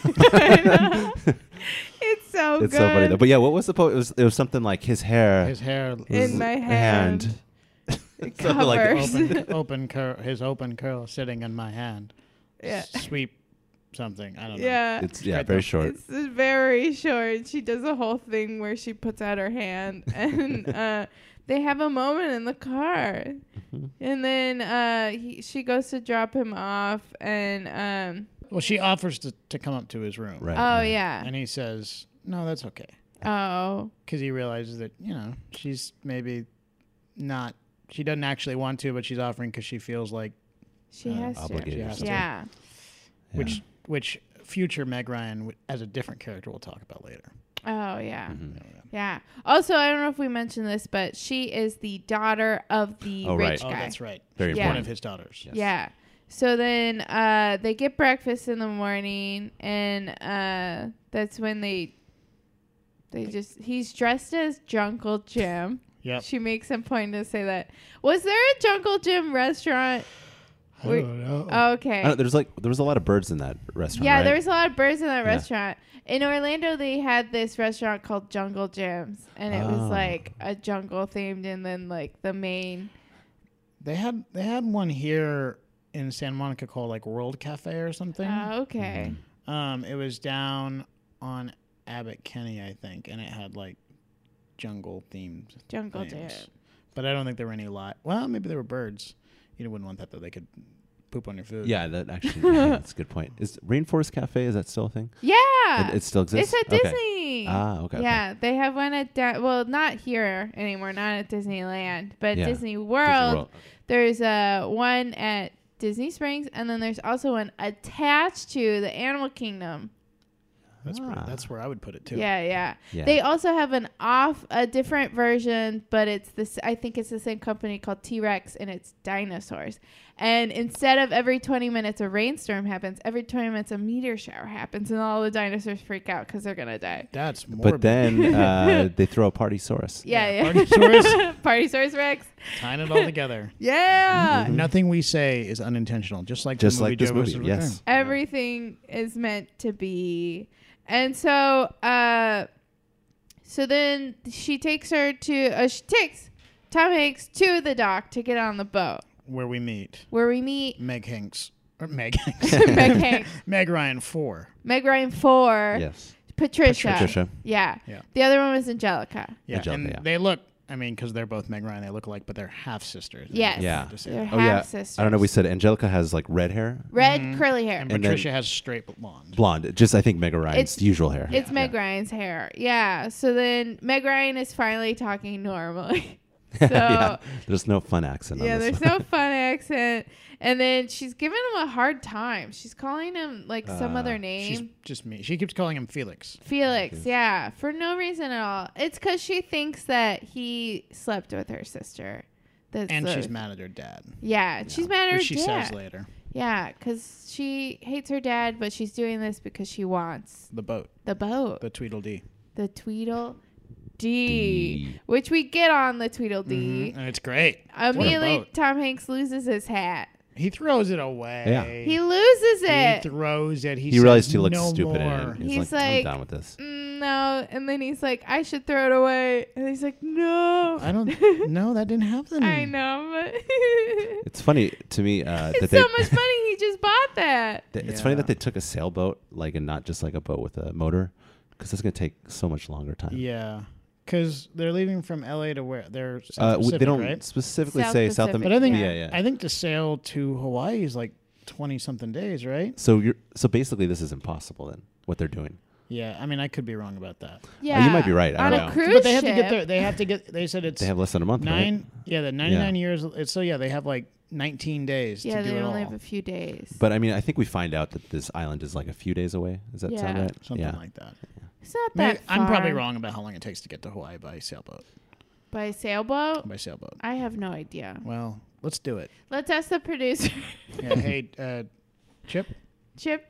it's so good.
it's so funny though. But yeah, what was the po- it was it was something like his hair
His hair
in my hand,
hand.
it
Something like that.
covers.
open, open curl, his open curl sitting in my hand.
yeah,
S- Sweep something. I don't know.
yeah. It's,
It's yeah,
Right
very
there.
short.
very short. She does a whole thing where she puts out her hand, and uh, they have a moment in the car,
Mm-hmm.
and then uh, he, she goes to drop him off, and um,
Well, she offers to, to come up to his room.
Right.
oh
yeah.
yeah,
And he says, no, that's okay.
oh
Because he realizes that, you know, she's maybe not She doesn't actually want to, but she's offering because she feels like
She
Uh,
has
obligated
she
or
has
to.
to.
something.
Yeah.
which which future Meg Ryan w- as a different character we'll talk about later.
Oh yeah.
Mm.
Yeah. Also, I don't know if we mentioned this, but she is the daughter of the
Oh,
rich
right.
Oh,
guy.
that's right.
Very
She's One
important.
of his daughters.
Yeah. So then uh, they get breakfast in the morning, and uh, that's when they they just he's dressed as Jungle Jim.
Yep.
She makes a point to say that. Was there a Jungle Jim restaurant? Were-
Oh.
I don't,
Okay.
there's like there was a lot of birds in that restaurant.
Yeah,
right?
there was a lot of birds in that
Yeah.
restaurant. In Orlando, they had this restaurant called Jungle Jim's, and it
Oh.
was like a jungle themed, and then like the main.
They had they had one here in Santa Monica called like World Cafe or something.
Oh,
Mm-hmm.
okay.
Um, it was down on Abbott Kenny, I think, and it had like jungle themed
Oh,
Jungle Jim.
things. But I don't think there were any lot. Well, maybe there were birds. You wouldn't want that though. They could poop on your food.
Yeah, that actually that's a good point. Is Rainforest Cafe is that still a thing?
Yeah.
it, it still
Uh, It's
exists.
at
Okay.
Disney.
Ah, okay, okay.
Yeah, they have one at da- well, not here anymore, not at Disneyland, but
Yeah.
Disney
Disney
World.
World.
There's uh, one at Disney Springs, and then there's also one attached to the Animal Kingdom.
that's
Ah.
pretty, that's where I would put it too.
Yeah, yeah,
Yeah.
They also have an off, a different version, but it's this. I think it's the same company called T Rex, and it's dinosaurs. And instead of every 20 minutes a rainstorm happens, every 20 minutes a meteor shower happens, and all the dinosaurs freak out because they're gonna die.
That's more.
But then uh, they throw a party saurus.
Yeah, yeah.
Archosaurus
Party source Rex.
tying it all together.
Yeah.
Nothing we say is unintentional, just like
Mm-hmm. Just
the movie
like this
Joe
movie,
versus
yes.
Return.
Everything is meant to be. And so uh so then she takes her to uh, she takes Tom Hanks to the dock to get on the boat
where we meet
where we meet
Meg Hanks or Meg Hanks,
Meg Hanks,
Meg Ryan four.
Meg Ryan 4,
Yes.
Patricia.
Patricia.
Yeah.
Yeah.
The other one was Angelica.
Yeah,
Angelica,
and
yeah.
they look. I mean, because they're both Meg Ryan, they look alike, but they're half sisters.
Yes.
Yeah.
Just say
They're
that.
Oh yeah.
half sisters.
I don't know. We said Angelica has like red hair,
Red curly hair.
Mm-hmm. And
And then-
Patricia has straight blonde.
blonde. Just I think Meg Ryan's
It's-
usual hair.
It's Meg Ryan's hair. Yeah. So then Meg Ryan is finally talking normally. so
yeah. There's no fun accent.
yeah,
on this
there's
one.
no fun accent. And then she's giving him a hard time. She's calling him like some other name.
She's just me. She keeps calling him Felix.
Felix, yeah, for no reason at all. It's because she thinks that he slept with her sister. That's
And
the-
she's mad at her dad.
Yeah, she's mad at her
Which she
dad.
says later.
Yeah, because she hates her dad, but she's doing this because she wants
The boat.
the boat.
The Tweedledee.
the Tweedle D, which we get on the Tweedledee.
And it's great.
Immediately,
boat.
Tom Hanks loses his hat.
He throws it away.
Yeah.
He loses
He
it.
throws it. He,
He realized
says,
he looked
"No
stupid in
more."
it. He's,
He's
I'm
like-
done with this.
"Mm, no, and then he's like, I should throw it away, and he's like, No,
I don't. No, that didn't happen.
I know, but
It's funny to me uh, that
it's
they.
so much money. He just bought that.
that- It's funny
Yeah.
that they took a sailboat, like, and not just like a boat with a motor, because that's gonna take so much longer time.
Yeah, because they're leaving from L.A. to where they're. South
Uh, w-
Pacific,
they don't
Right?
specifically
South
say South
Pacific,
America.
But I think
yeah, yeah.
I think to sail to Hawaii is like twenty something days, right?
so you're so basically this is impossible then what they're doing.
Yeah, I mean I could be wrong about that.
Yeah,
Oh, might be right. I
On
don't
a
know.
cruise
but they have to
ship,
get there. They have to get. They said it's
They have less than a month. right?
nine. Yeah, the ninety nine years. It's so yeah, they have like nineteen days
Yeah,
to do
they
it all.
only have a few days.
But I mean, I think we find out that this island is like a few days away. Does that sound
Yeah.
right?
something
yeah.
like that.
it's not
Maybe-
that.
I'm probably
far.
wrong about how long it takes to get to Hawaii by sailboat.
By sailboat,
By sailboat.
I have no idea.
Well, let's do it.
Let's ask the producer.
Yeah, hey, uh, Chip.
Chip.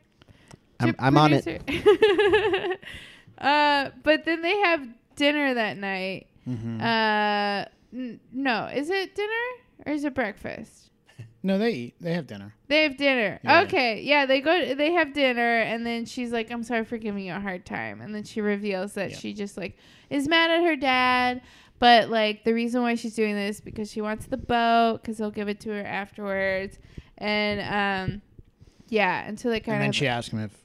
I'm-
Chip
I'm on it.
producer. uh, but then they have dinner that night.
Mm-hmm.
Uh, n- no, is it dinner or is it breakfast?
No, they eat. They have dinner.
They have dinner.
Yeah.
Okay, yeah, they go. They have dinner, and then she's like, "I'm sorry for giving you a hard time." And then she reveals that
Yeah.
she just like is mad at her dad, but like the reason why she's doing this because she wants the boat because he'll give it to her afterwards, and um, yeah, and so they kind
And then
of
she asked him if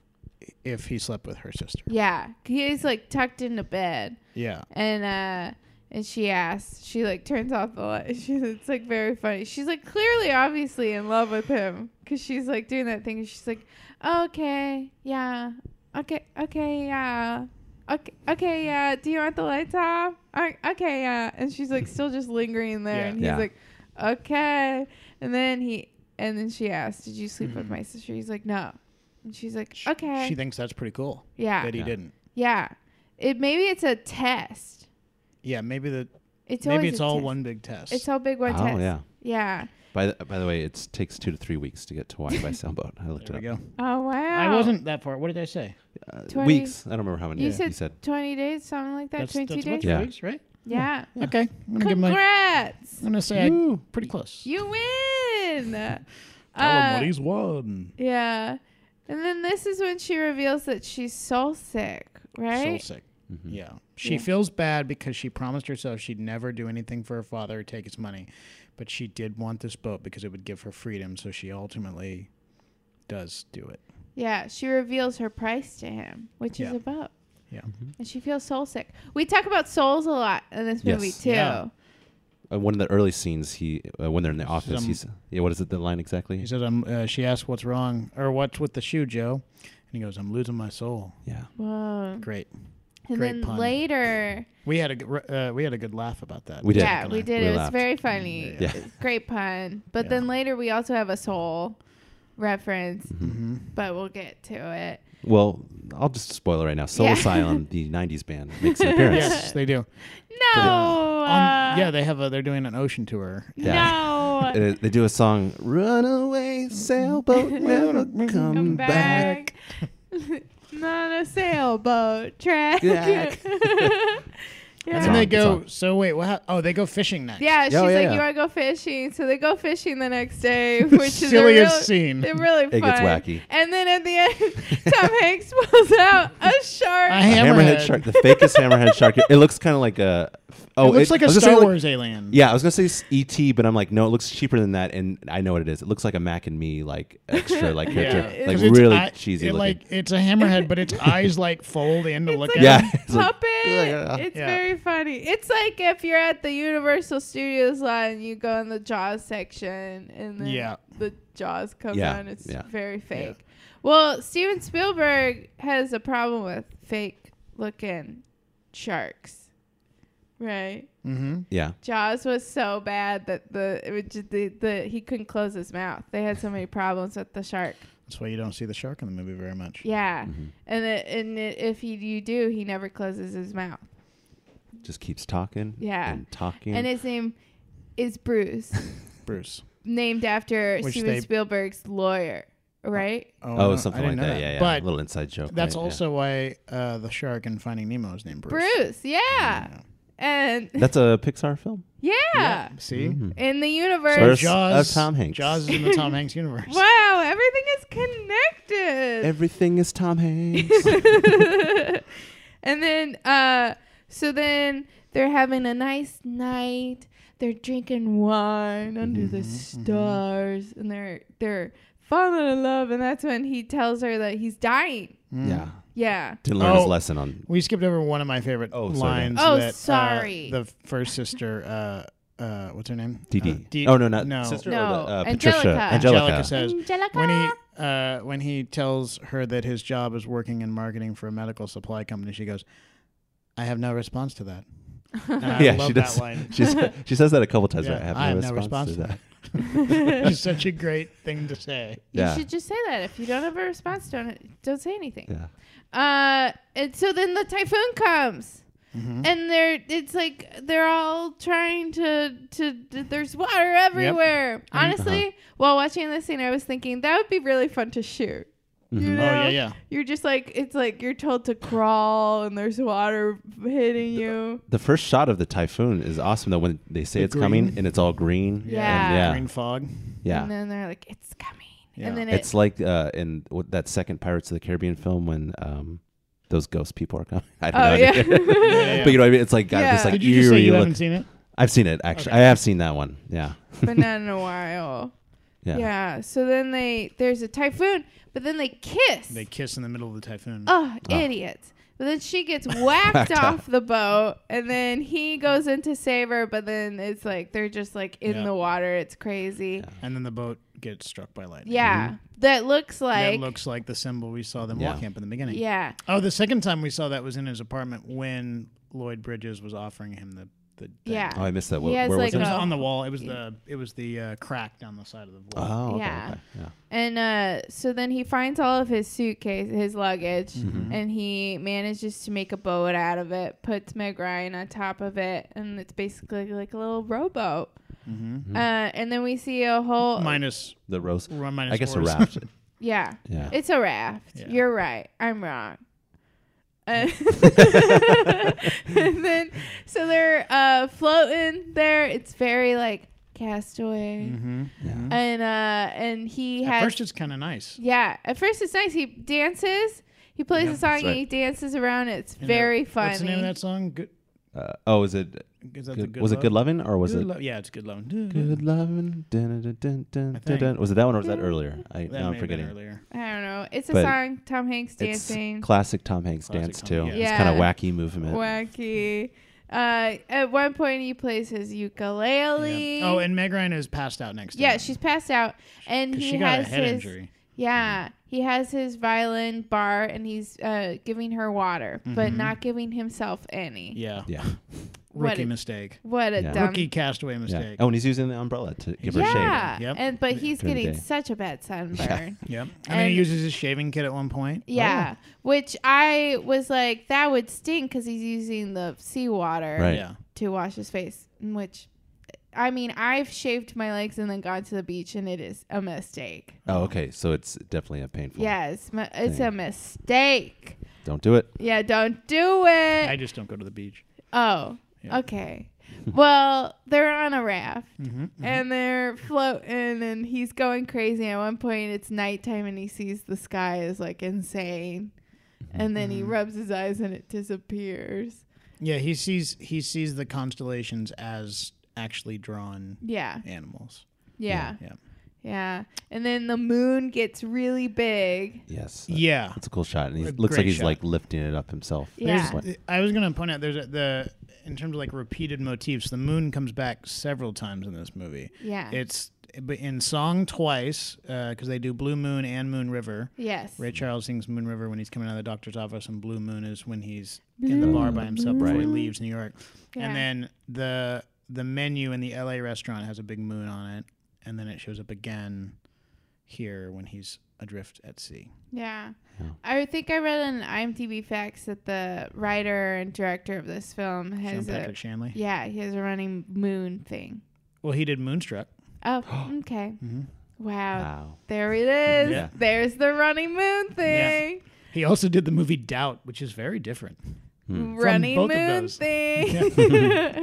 if he slept with her sister.
yeah, he's like tucked into bed,
Yeah.
and uh and she asks she like turns off the light she's it's like very funny she's like clearly obviously in love with him because she's like doing that thing and she's like okay yeah okay okay yeah okay okay yeah do you want the lights off O- okay yeah and she's like still just lingering there
Yeah.
and he's
Yeah.
like okay. And then he and then she asked, "Did you sleep with my sister?" He's like, "No." And she's like,
Mm-hmm. Sh-
"Okay." Ah.
She thinks that's pretty cool.
Yeah.
That he
Yeah.
didn't.
yeah. It maybe it's a test.
Yeah, maybe the
It's
maybe
always
it's
a
all
test.
one big test.
It's all big one
Oh,
test.
yeah.
Yeah.
By the, by the way, it takes two to three weeks to get to Hawaii by sailboat. I looked
there we
it up.
go.
Oh wow.
I wasn't that far. What did I say?
Uh,
20
weeks. I don't remember how many
You
you
said,
said.
twenty days, something like that.
That's,
Twenty
that's what,
days.
three
Yeah.
weeks, right?
Yeah.
Okay. I'm gonna give my. I'm
Congrats.
gonna say I, pretty close.
You win.
Tell him
Uh,
what he's won.
Yeah. And then this is when she reveals that she's soul sick, right?
So sick. Yeah. Mm-hmm. She feels bad because she promised herself she'd never do anything for her father or take his money. But she did want this boat because it would give her freedom. So she ultimately does do it.
Yeah, she reveals her price to him, which is
Yeah.
a boat.
Yeah.
Mm-hmm.
And she feels soul sick. We talk about souls a lot in this
Yes.
movie too.
Yeah.
Uh, one of the early scenes, he uh, when they're in the office,
um,
he's yeah. What is it? The line exactly?
He says, "I'm." Uh, she asks, "What's wrong?" Or "What's with the shoe, Joe?" And he goes, "I'm losing my soul."
yeah.
Whoa.
Great.
And
Great
then
pun.
later,
We had a good re- uh, we had a good laugh about that.
We did.
yeah, we did.
We
it was
laughed.
very funny.
Yeah.
Great pun. But
Yeah.
then later, we also have a soul reference,
Mm-hmm.
Mm-hmm.
but we'll get to it.
Well, I'll just spoil it right now. Soul
Yeah.
Asylum, the '90s band, makes an appearance.
Yes, they do.
No. uh,
Um, yeah, they have a. They're doing an ocean tour.
No.
And it- Uh, they do a song, "Runaway Sailboat, Never Come,
Come
back.
back. Not a sailboat track.
Back.
And
Song,
then they go.
song.
So wait, what? hap- Oh, they go fishing next.
Yeah, she's
yeah,
like,
Oh, yeah.
you want to go fishing? So they go fishing the next day, which is a
Silliest
real-
scene.
They're really
It gets
fun.
wacky.
And then at the end, Tom Hanks pulls out a shark.
A
A
hammerhead.
shark, the fakest hammerhead shark. It looks kind of like a.
It
Oh,
looks like
I
a
was gonna
Star
say, like-
Wars alien.
Yeah, I was gonna say s- ET, but I'm like, no, it looks cheaper than that, and I know what it is. It looks like a Mac and Me like extra like character,
Yeah.
like
'Cause it's
really
eye-
cheesy
it,
looking.
Like it's a hammerhead, but its eyes like fold in to look
like
at.
yeah,
him.
it's like-
puppet.
like, uh,
it's
Yeah.
very funny. It's like if you're at the Universal Studios lot and you go in the Jaws section and then
Yeah.
the Jaws comes
Yeah,
on. It's
yeah.
very fake. Well, Steven Spielberg has a problem with fake looking sharks, right?
Mm-hmm.
yeah,
Jaws was so bad that the, it was just the, the he couldn't close his mouth. They had so many problems with the shark.
That's why you don't see the shark in the movie very much.
Yeah,
Mm-hmm.
and it, and it, if he, you do, he never closes his mouth.
just keeps talking.
Yeah.
and talking.
and his name is Bruce,
Bruce.
named after
Which
Steven
they-
Spielberg's lawyer, right?
oh,
no,
something
I
like
didn't know
that. Yeah, yeah.
But
a little inside joke.
that's
right? Yeah.
also why uh, the shark in Finding Nemo is named Bruce. Mm.
Bruce, yeah, and
that's a Pixar film.
yeah,
Yeah. See.
in the universe.
First
Jaws
Mm-hmm. of Tom Hanks.
Jaws is in the Tom Hanks universe.
Wow, everything is connected.
Everything is Tom Hanks.
and then, uh, so then they're having a nice night. They're drinking wine under the
Mm-hmm,
stars, and they're they're falling in love. And that's when he tells her that he's dying.
yeah,
Yeah.
didn't learn his
Mm. Oh.
lesson on.
We skipped over one of my favorite
Oh, sorry.
lines.
Oh,
that, uh,
sorry.
the first sister, uh, uh, what's her name?
Dee
Uh,
Dee.
Dee-
oh no, not
no.
sister.
No,
or the, uh,
Angelica.
Patricia.
Angelica,
Angelica.
says
Angelica.
when he uh, when he tells her that his job is working in marketing for a medical supply company, she goes, "I have no response to that." And I
yeah,
love
she does.
that line.
She's, she says that a couple times.
Yeah,
right? I have no
I have no
response,
response
to
to
that.
It's such a great thing to say.
You
Yeah.
should just say that. If you don't have a response, don't don't say anything.
Yeah.
Uh, and so then the typhoon comes,
Mm-hmm.
and they're it's like they're all trying to to. to- there's water everywhere.
uh-huh.
Honestly, while watching this scene, I was thinking that would be really fun to shoot.
Mm-hmm.
You know?
Oh, yeah, yeah.
You're just like it's like you're told to crawl, and there's water hitting you.
The first shot of the typhoon is awesome though when they say
The
it's coming
green.
and it's all green.
Yeah.
And
Green fog.
yeah.
And
Yeah.
then they're like, it's coming.
Yeah.
And then
It's like uh, in what, that second Pirates of the Caribbean film when um, those ghost people are coming. I don't
Oh
know.
yeah.
Yeah,
but you know what I mean? It's like got this
Yeah.
like
Did you just say
eerie
you
look.
haven't seen it?
I've seen it actually. I have seen that one. Yeah.
but not in a while.
Yeah.
Yeah. So then they there's a typhoon, but then they kiss.
They kiss in the middle of the typhoon.
oh, idiots. But then she gets whacked,
Ah. Whacked
off the boat, and then he goes in to save her, but then it's like they're just like in
Yeah.
the water. It's crazy.
And then the boat gets struck by lightning.
Mm-hmm.
Yeah. That looks like
that looks like the symbol we saw them
Yeah.
walking up in the beginning.
Yeah.
Oh, the second time we saw that was in his apartment when Lloyd Bridges was offering him the
the thing.
Yeah.
Oh, I missed that.
He
Where-
has,
where was
It
like,
was
a-
on the wall. It was the it was the uh, crack down the side of the wall.
Oh, okay,
Yeah.
okay, yeah.
And uh, so then he finds all of his suitcase, his luggage, and he manages to make a boat out of it. Puts Meg Ryan on top of it, and it's basically like a little rowboat. Uh, and then we see a whole
Minus
The rose.
one minus.
I guess a
fours.
raft.
yeah,
Yeah.
it's a raft.
Yeah.
You're right. I'm wrong. Uh, and then so they're uh, floating there. It's very like castaway,
mm-hmm.
and uh, and he
At
has
first, it's kind of nice.
Yeah, at first it's nice. He dances. He plays a song and
right.
he dances around. It's
And
very
the-
funny.
What's the name of that song? Good,
Uh, oh, is it?
is that the
Good,
good
was
Lo-
it good loving or was
Good
it
Lo- yeah, it's good loving.
good loving? Dun, dun, dun, dun,
I
dun,
think.
dun. Was it that one or was that earlier? I,
That
now
may
I'm
have
forgetting.
Been earlier.
I don't know. It's a
But
song. Tom Hanks
It's
dancing.
classic Tom Hanks
Classic
dance
Tom-
too.
yeah.
It's kind of
Yeah.
wacky movement.
Wacky. Uh, at one point he plays his ukulele.
Yeah. Oh, and Meg Ryan is passed out next. to
yeah,
him.
she's passed out, and
'Cause
he
she got a
has
head
his
injury. Mm-hmm.
yeah. He has his violin bar, and he's uh, giving her water, but not giving himself any.
Mm-hmm. Yeah,
Yeah.
What
rookie
a-
mistake.
What a
Yeah.
dumb
Rookie castaway
yeah.
mistake.
Oh, and he's using the umbrella to give her shade.
yeah.
Yep.
And but he's
During the
getting
day.
such a bad sunburn.
Yep. And, then
And-
he uses his shaving kit at one point.
Yeah,
Oh.
which I was like, that would stink because he's using the seawater
Right.
Oh, Yeah.
to wash his face. Which, I mean, I've shaved my legs and then gone to the beach, and it is a mistake.
Oh, okay. So it's definitely a painful.
Yeah, it's, mi- it's a
Dang.
mistake.
Don't do it.
Yeah, don't do it.
I just don't go to the beach.
oh,
Yeah.
okay. well, they're on a raft
Mm-hmm.
and they're floating, and he's going crazy. At one point, it's nighttime, and he sees the sky is like insane. And then
Mm-hmm.
he rubs his eyes and it disappears.
Yeah, he sees he sees the constellations as actually drawn
Yeah,
animals.
yeah,
Yeah.
yeah. And then the moon gets really big.
Yes.
Yeah.
That's a cool shot, and he
A
looks
great
like he's
shot.
like lifting it up himself.
Yeah.
What-
I was gonna point out there's a, the in terms of like repeated motifs, the moon comes back several times in this movie.
Yeah.
It's but in song twice because they do Blue Moon and Moon River.
yes.
Ray Charles sings Moon River when he's coming out of the doctor's office, and Blue Moon is when he's in the bar by himself before he
Right.
leaves New York.
Yeah.
And then the the menu in the LA restaurant has a big moon on it, and then it shows up again here when he's adrift at sea.
Yeah.
Yeah.
I think I read on IMDb facts that the writer and director of this film
Sean
has a
Patrick Shanley.
yeah he has a running moon thing.
Well, he did Moonstruck.
Oh, okay. Wow.
Wow.
There it is.
Mm-hmm. Yeah.
There's the running moon thing.
He also did the movie Doubt, which is very different.
Running
both of
moon
those.
thing.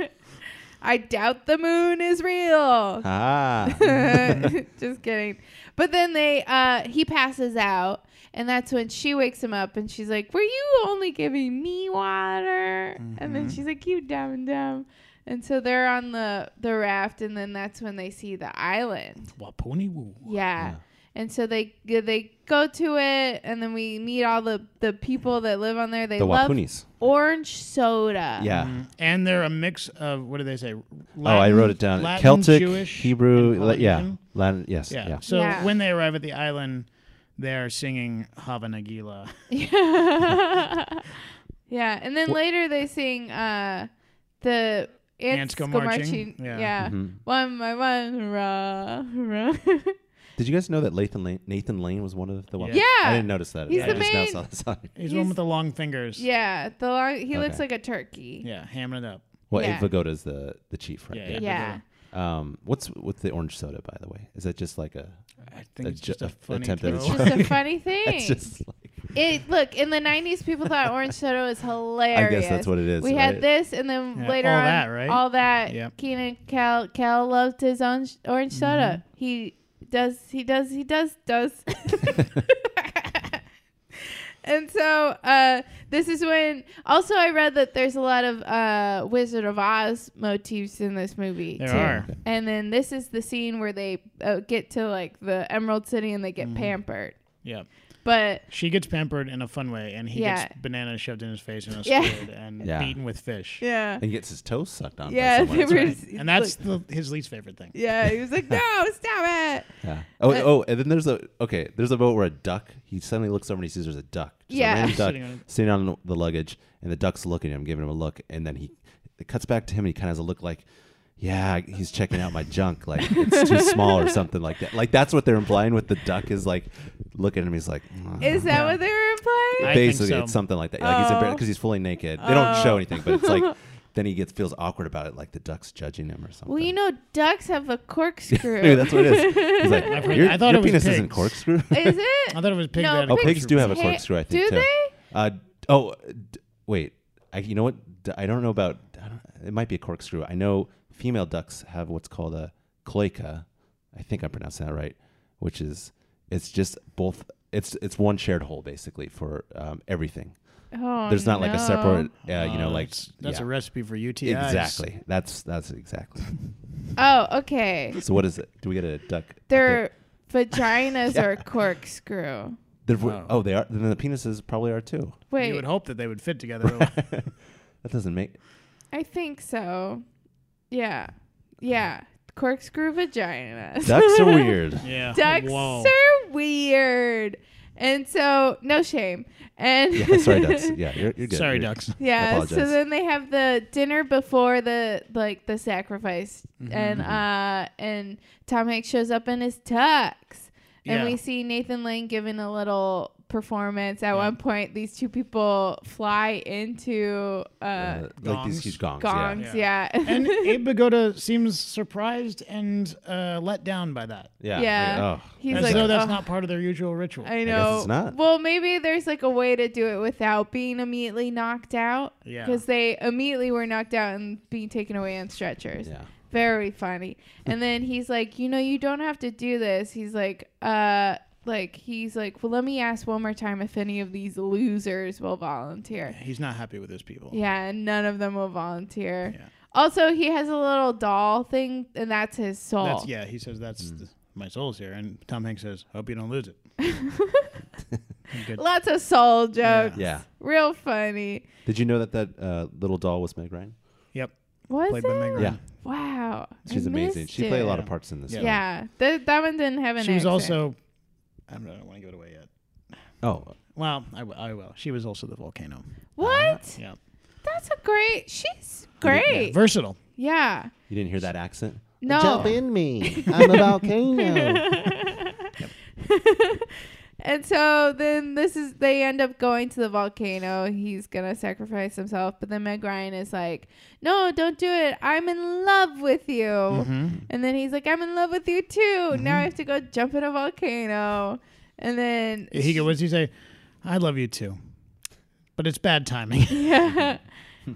I doubt the moon is real.
Ah.
just kidding but then they uh he passes out and that's when she wakes him up and she's like were you only giving me water and
Mm-hmm.
then she's like you dumb and dumb and so they're on the the raft and then that's when they see the island
Waponi Woo.
yeah,
Yeah.
and so they they go to it and then we meet all the the people that live on there they
the
love
Wapunis.
orange soda
Yeah.
And they're a mix of what do they say? Latin,
oh, I wrote it down.
Latin,
Celtic,
Jewish,
Hebrew.
and
la- yeah.
Polynesian.
Latin. Yes.
Yeah.
Yeah.
So
Yeah.
when they arrive at the island, they're singing Havana Gila.
yeah, and then later they sing uh, the
Ants Go Marching?
Yeah,
Yeah.
Mm-hmm.
one by one, hurrah, hurrah.
Did you guys know that Nathan Lane, Nathan Lane was one of the Wapunis?
Yeah.
I didn't notice that.
He's
I
the
just now
main-
saw this on.
He's, the one with the long fingers.
yeah, the long, he looks
Okay.
like a turkey.
Yeah, hammering it up.
Well,
Yeah.
yeah. Vagoda's the the chief, right?
Yeah,
Yeah,
yeah.
Um, what's with the orange soda, by the way? Is that just like a?
I think
A
it's just
ju-
a funny
attempt at a
it's
throw.
just a funny thing.
It's just like
it look in the '90s, people thought orange soda was
I
hilarious.
guess that's what it is.
we
right?
had this, and then
Yeah,
later
all
on,
that, right?
all that.
Yeah.
Keenan Cal Cal loved his own sh- orange
Mm-hmm.
soda. He does. He does. He does. Does. and so uh, this is when. Also, I read that there's a lot of uh, Wizard of Oz motifs in this movie.
There
too.
are.
And then this is the scene where they uh, get to like the Emerald City and they get
Mm-hmm.
pampered.
Yeah.
But
She gets pampered in a fun way, and he
Yeah.
gets bananas shoved in his face and a
Yeah.
squid and
Yeah.
beaten with fish.
yeah,
And he gets his toes sucked on. by
yeah,
someone.
they were.
And that's the, his least favorite thing.
yeah, he was like, "No, stop it."
Yeah. Oh, oh, and then there's a okay. There's a boat where a duck. He suddenly looks over and he sees there's a duck. Just a
Yeah.
random duck
Sitting on it.
sitting on the luggage, and the duck's looking at him, giving him a look, and then he it cuts back to him, and he kind of has a look like, yeah, he's checking out my junk, like it's too small or something like that. Like that's what they're implying with the duck is like looking at him. He's like, "Mm."
Is that what they were implying?
I think
basically
so.
it's something like that. Like he's
Oh.
embarrassed because he's fully naked. They don't show anything, but it's like then he gets feels awkward about it, like the duck's judging him or something.
Well, you know, ducks have a corkscrew.
Maybe that's what it is. He's like,
I've heard-
your,
I thought
your
it was
penis isn't
pigs."
corkscrew.
is
I
it?
thought it was pig.
No,
that had
oh,
a
pigs do have a
Hey,
corkscrew. I think.
do
too.
they?
Uh, d- oh, d- wait. I, you know what? D- I don't know about. I don't, it might be a corkscrew. I know female ducks have what's called a cloaca. I think I'm pronouncing that right. Which is, it's just both. It's it's one shared hole basically for um, everything.
Oh,
There's not like a
no.
separate. Uh, you know,
Oh,
like
that's, that's
yeah.
a recipe for UTIs.
Exactly. That's that's exactly.
Oh, okay.
So what is it? Do we get a duck?
Their vaginas are corkscrew.
They're- oh, they are. Then the penises probably are too.
Wait,
You would hope that they would fit together. though.
That doesn't make.
I think so. Yeah, yeah. Corkscrew vaginas.
Ducks are weird.
yeah.
Ducks
Whoa.
are weird, and so no shame. And
yeah, sorry, ducks. Yeah, you're, you're good.
Sorry,
You're-
ducks.
Yeah, so
apologize.
then they have the dinner before the like the sacrifice,
Mm-hmm,
and uh, and Tom Hanks shows up in his tux, and
Yeah.
we see Nathan Lane giving a little performance. At one point, these two people fly into uh,
Uh, like
Gongs.
these huge gongs.
gongs. Yeah,
Yeah. And Abe Bagoda seems surprised and uh, let down by that.
Yeah.
Yeah.
Like, oh.
He's
As
like,
though that's
"Ugh."
not part of their usual ritual.
I know.
guess it's not.
Well, maybe there's like a way to do it without being immediately knocked out.
Yeah.
Because they immediately were knocked out and being taken away on stretchers.
Yeah.
Very funny. and then he's like, you know, you don't have to do this. He's like, uh, like he's like, well, let me ask one more time if any of these losers will volunteer.
He's not happy with his people.
Yeah, and none of them will volunteer.
Yeah.
Also, he has a little doll thing, and that's his soul.
That's, yeah, he says that's
Mm-hmm.
the, my soul's here, and Tom Hanks says, "Hope you don't lose it." Good.
Lots of soul jokes.
Yeah.
Real funny.
Did you know that that uh, little doll was Meg Ryan?
Yep,
Was
played
it?
by Meg Ryan.
Yeah.
Wow.
She's
I
amazing.
missed
She played a lot of
it.
parts in this.
Yeah.
It.
film.
Yeah. Th- that one didn't have an
she was
accent.
also. I don't, I don't want to give it away yet.
Oh,
Well, I, w- I will. She was also the volcano.
What?
Yeah,
That's a great. She's
uh, Yeah,
great.
versatile.
Yeah.
you didn't hear that accent?
No.
in me. I'm a volcano.
And so then this is they end up going to the volcano. He's gonna sacrifice himself, but then Meg Ryan is like, "No, don't do it. I'm in love with you."
Mm-hmm.
And then he's like, "I'm in love with you too." Now I have to go jump in a volcano. And then
He go- what does he say? I love you too, but it's bad timing.
yeah.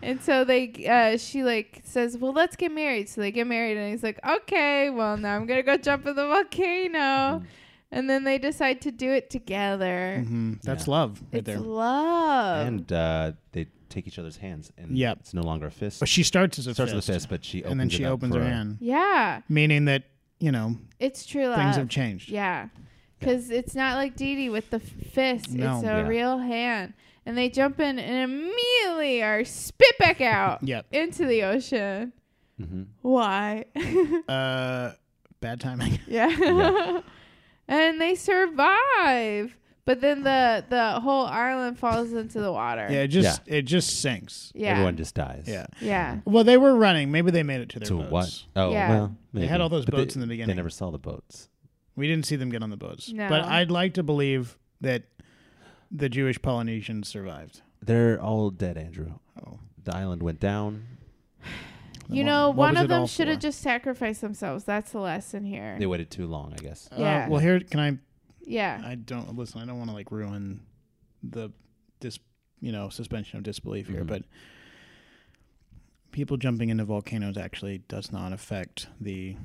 And so they, uh, she like says, "Well, let's get married." So they get married, and he's like, "Okay, well now I'm gonna go jump in the
Mm-hmm.
volcano," and then they decide to do it together.
Mhm, That's
Yeah.
love right
It's
there.
love.
and uh, they take each other's hands, and
Um, Yep.
it's no longer a fist.
But she starts as a
starts
fist,
with a fist, but she opens
and then she
it up
opens
for
her
a-
hand,
yeah,
meaning that you know
it's true love.
things have changed.
Yeah, because it's not like Dee Dee with the f- fist;
No.
it's a
Yeah.
real hand. And they jump in and immediately are spit back out
Yep.
into the ocean.
Mhm.
Why?
Uh, bad timing.
Yeah. and they survive. But then the the whole island falls into the water.
Yeah, it just it just sinks.
Yeah.
Everyone just dies.
Yeah.
yeah.
Well, they were running. Maybe they made it to their
To
boats.
what? Oh,
Yeah.
well, maybe.
had all those
But
boats
they-
in the
They
beginning.
never saw the boats.
We didn't see them get on the boats.
No.
But I'd like to believe that the Jewish Polynesians survived.
They're all dead, Andrew.
Oh.
The island went down.
You
What-
know,
what
one
was
of
it
them
all
should
for?
have just sacrificed themselves. That's the lesson here.
They waited too long, I guess.
Yeah.
Uh, well, here can I?
yeah.
I don't listen. I don't want to like ruin the dis, you know, suspension of disbelief here, but people jumping into volcanoes actually does not affect the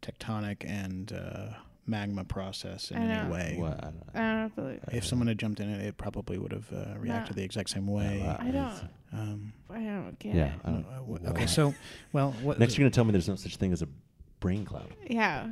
tectonic and uh, magma process in
I
any
know.
way.
Well, I don't
I don't believe.
If someone had jumped in it, it probably would have uh, reacted the exact same way.
well,
I don't.
um,
I don't get
Yeah.
it.
I don't-
uh, w-
well,
okay, so well, what,
Next, you're gonna tell me there's no such thing as a brain cloud.
Yeah.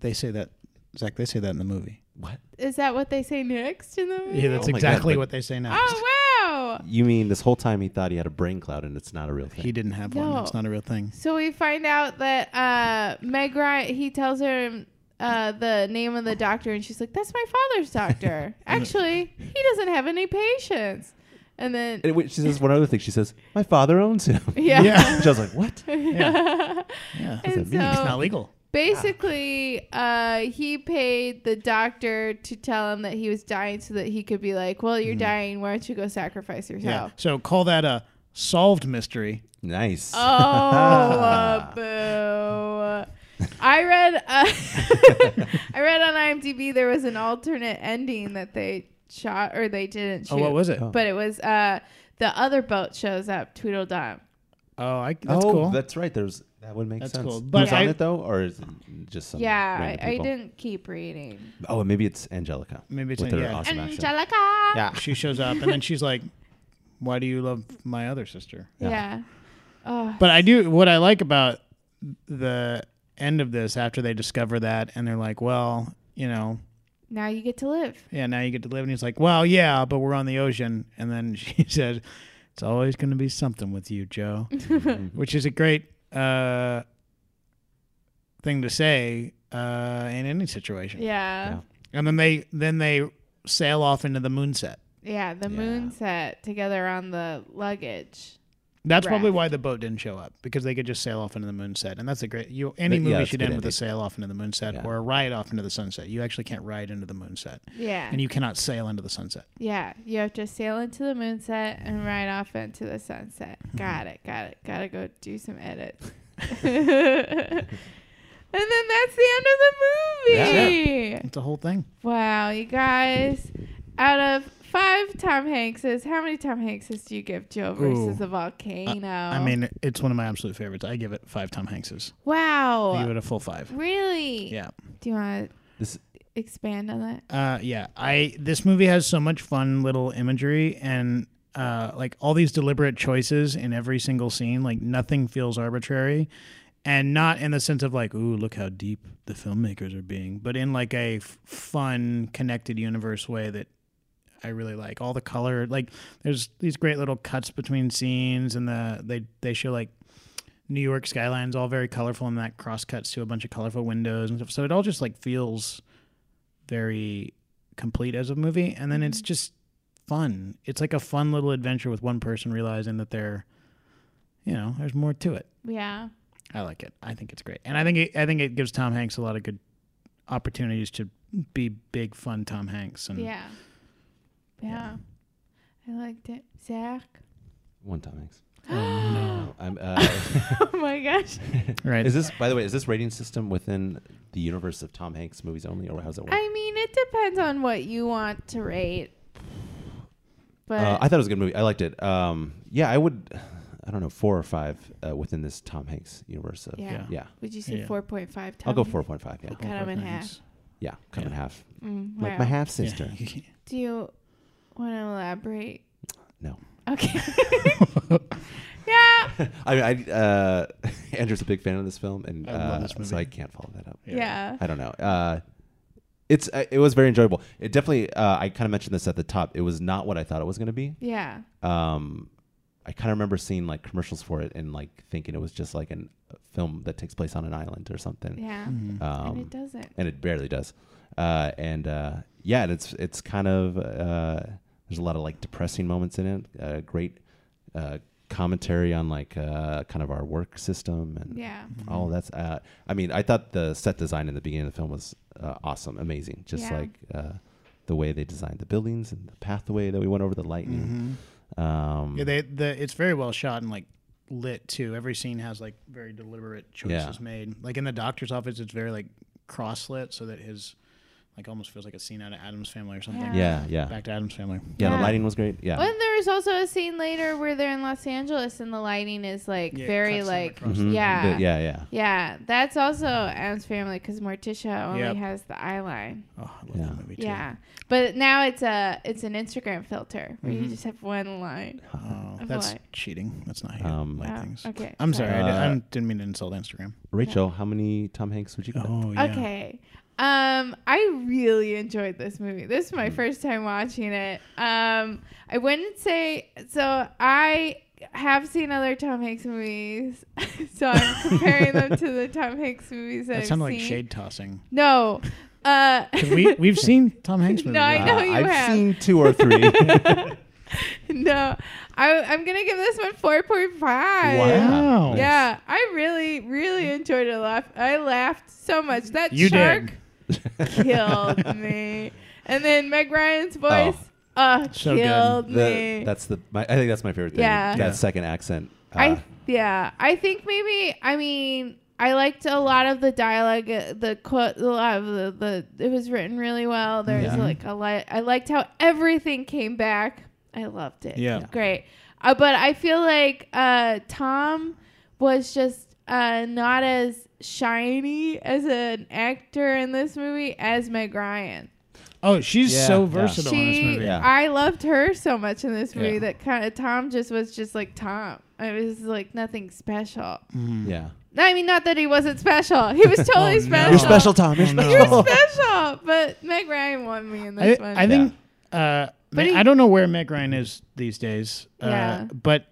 they say that Zach. They say that in the movie.
What?
Is that what they say next in the movie?
Yeah, that's
Oh my God,
exactly
but-
what they say now.
Oh wow.
You mean this whole time he thought he had a brain cloud and it's not a real thing?
He didn't have
No.
one. It's not a real thing.
So we find out that uh, Meg Ryan, he tells her uh, the name of the doctor, and she's like, "That's my father's doctor." Actually, he doesn't have any patients. And then
And wait, she says one other thing. She says, "My father owns him."
yeah.
Yeah.
Which I was like, "What?"
Yeah. It's
and
mean? It's
so
not legal.
basically uh, he paid the doctor to tell him that he was dying so that he could be like, Well,
Mm-hmm.
you're dying, why don't you go sacrifice
Yeah.
yourself?
So call that a solved mystery.
Nice.
Oh, uh, boo. I read uh, I read on IMDb there was an alternate ending that they shot or they didn't shoot.
Oh, what was it?
Oh.
Oh,
But it was uh, the other boat shows up, Tweedledum.
I, that's
oh,
cool.
that's right. There's that would make
That's
sense.
cool. But
But Who's on
I-
it though, or is it just some
Yeah, I,
random
I
people?
didn't keep reading.
Oh, and maybe it's Angelica.
Maybe it's
with
An-
her
yeah.
awesome accent.
Angelica.
Yeah.
she shows up and then she's like, "Why do you love my other sister?"
Yeah. Oh,
But I do what I like about the end of this after they discover that and they're like, "Well, you know,
Now you get to live.
yeah, now you get to live." And he's like, "Well, yeah, but we're on the ocean." And then she said, "It's always going to be something with you, Joe," which is a great uh, thing to say uh, in any situation.
Yeah.
And then they then they sail off into the moonset.
Yeah. the
Yeah.
moon set together on the luggage.
That's probably
Raft.
why the boat didn't show up because they could just sail off into the moonset, and that's a great. You any
Yeah,
movie
that's a
should
good
end with a
ending.
sail off into the moonset
Yeah.
or a ride off into the sunset. You actually can't ride into the moonset,
Yeah.
and you cannot sail into the sunset.
yeah. You have to sail into the moon set and ride off into the sunset. Got it. Got it. Gotta go do some edits. and then that's the end of the movie.
It's a whole thing.
Wow, you guys. Out of five Tom Hankses, how many Tom Hankses do you give Joe versus
Ooh.
the volcano?
I mean, it's one of my absolute favorites. I give it five Tom Hankses. I give
wow.
it a full five.
Really?
Yeah,
Do you want
This-
to expand on that?
uh, yeah. I this movie has so much fun little imagery and uh, like all these deliberate choices in every single scene. Like nothing feels arbitrary, and not in the sense of like, ooh, look how deep the filmmakers are being, but in like a f- fun, connected universe way that I really like. All the color, like there's these great little cuts between scenes, and the they they show like New York skylines, all very colorful, and that cross cuts to a bunch of colorful windows and stuff. So it all just like feels very complete as a movie, and then it's just fun. It's like a fun little adventure with one person realizing that they're, you know, there's more to it.
Yeah.
I like it. I think it's great, and I think it, I think it gives Tom Hanks a lot of good opportunities to be big fun Tom Hanks. And
Yeah. Yeah. I liked it. Zach?
One Tom Hanks. no. I'm, uh,
Oh my gosh.
right,
is this, by the way, is this rating system within the universe of Tom Hanks movies only, or how's it work?
I mean, it depends on what you want to rate. But
Uh, I thought it was a good movie. I liked it. Um, yeah, I would. I don't know, four or five uh, within this Tom Hanks universe. Of,
yeah.
yeah.
yeah.
Would you say
Yeah.
4.5 times?
I'll go four point five. Yeah,
Cut him in half.
yeah, cut in
Yeah.
half,
Mm,
like
wow.
my half sister.
Yeah.
Do you want to elaborate?
No.
Okay. yeah.
I mean, I uh, Andrew's a big fan of this film, and
I love
uh,
this movie.
so I can't follow that up.
Yeah.
I don't know. Uh, it's uh, it was very enjoyable. It definitely. Uh, I kind of mentioned this at the top. It was not what I thought it was going to be.
Yeah.
Um, I kind of remember seeing like commercials for it and like thinking it was just like an, a film that takes place on an island or something.
Yeah.
Um,
and it doesn't.
and it barely does. Uh, and uh, yeah, and it's it's kind of uh, there's a lot of like depressing moments in it. Uh, great uh, commentary on like uh, kind of our work system and
Yeah.
all that's. Uh, I mean, I thought the set design in the beginning of the film was uh, awesome, amazing. Just
Yeah.
like uh, the way they designed the buildings and the pathway that we went over, the lightning. Um,
Mm-hmm. Yeah, they the it's very well shot and like lit too. Every scene has like very deliberate
Yeah.
choices made. Like in the doctor's office, it's very like cross lit so that his like almost feels like a scene out of Adam's Family or something.
Yeah.
yeah, yeah,
Back to Adam's Family.
yeah.
Yeah.
The lighting was great. Yeah,
Well, and there was also a scene later where they're in Los Angeles and the lighting is like
Yeah, it
very
cuts them
like
across
Mhm.
yeah.
The- yeah, yeah.
Yeah, that's also Adam's family because Morticia only
Yep.
has the eye line.
Oh, I love
Yeah.
that movie too.
Yeah, but now it's a it's an Instagram filter where you just have one line.
Mm-hmm. Oh,
Of
that's
what?
cheating. That's not how you
Um,
like
Oh,
things.
okay,
I'm sorry. I, di- I
Uh,
didn't mean to insult Instagram.
Rachel, how many Tom Hanks would you? give it?
Oh,
Okay. Um, I really enjoyed this movie. This is my
Mm.
first time watching it. Um, I wouldn't say so. I have seen other Tom Hanks movies, so I'm comparing them to the Tom Hanks movies that,
That
I've
sounded like
seen.
shade tossing.
No. Uh,
'Cause we we've seen Tom Hanks movies.
No, I
right?
know.
Uh,
you
I've
have.
seen two or three.
no, I, I'm gonna give this one 4.5.
Wow.
Yeah, I really, really
Mm-hmm.
enjoyed it. Laugh, I laughed so much. That
You
shark
did.
killed me. And then Meg Ryan's
Oh.
voice, uh,
So good.
killed
The,
me.
that's the. My, I think that's my favorite thing.
Yeah.
That
Yeah.
second accent. Uh,
I yeah, I think maybe I mean I liked a lot of the dialogue, uh, the quote, a lot of the, the it was written really well. There was
Yeah.
like a lot. I liked how everything came back. I loved it.
Yeah.
great. Uh, but I feel like uh, Tom was just uh, not as shiny as an actor in this movie as Meg Ryan.
Oh, she's
Yeah,
so
yeah.
versatile in this
She,
movie.
Yeah.
I loved her so much in this movie
Yeah.
that kind of Tom just was just like Tom. It was like nothing special.
Hmm.
yeah.
No, I mean, not that he wasn't special. He was totally
Mm. Oh, no.
special.
You're
Tom.
You're Oh, no.
He
special.
was special, but Meg Ryan won me in
I,
this one.
I think uh,
But
man,
he-
I don't know where Meg Ryan is these days. Uh,
Yeah.
But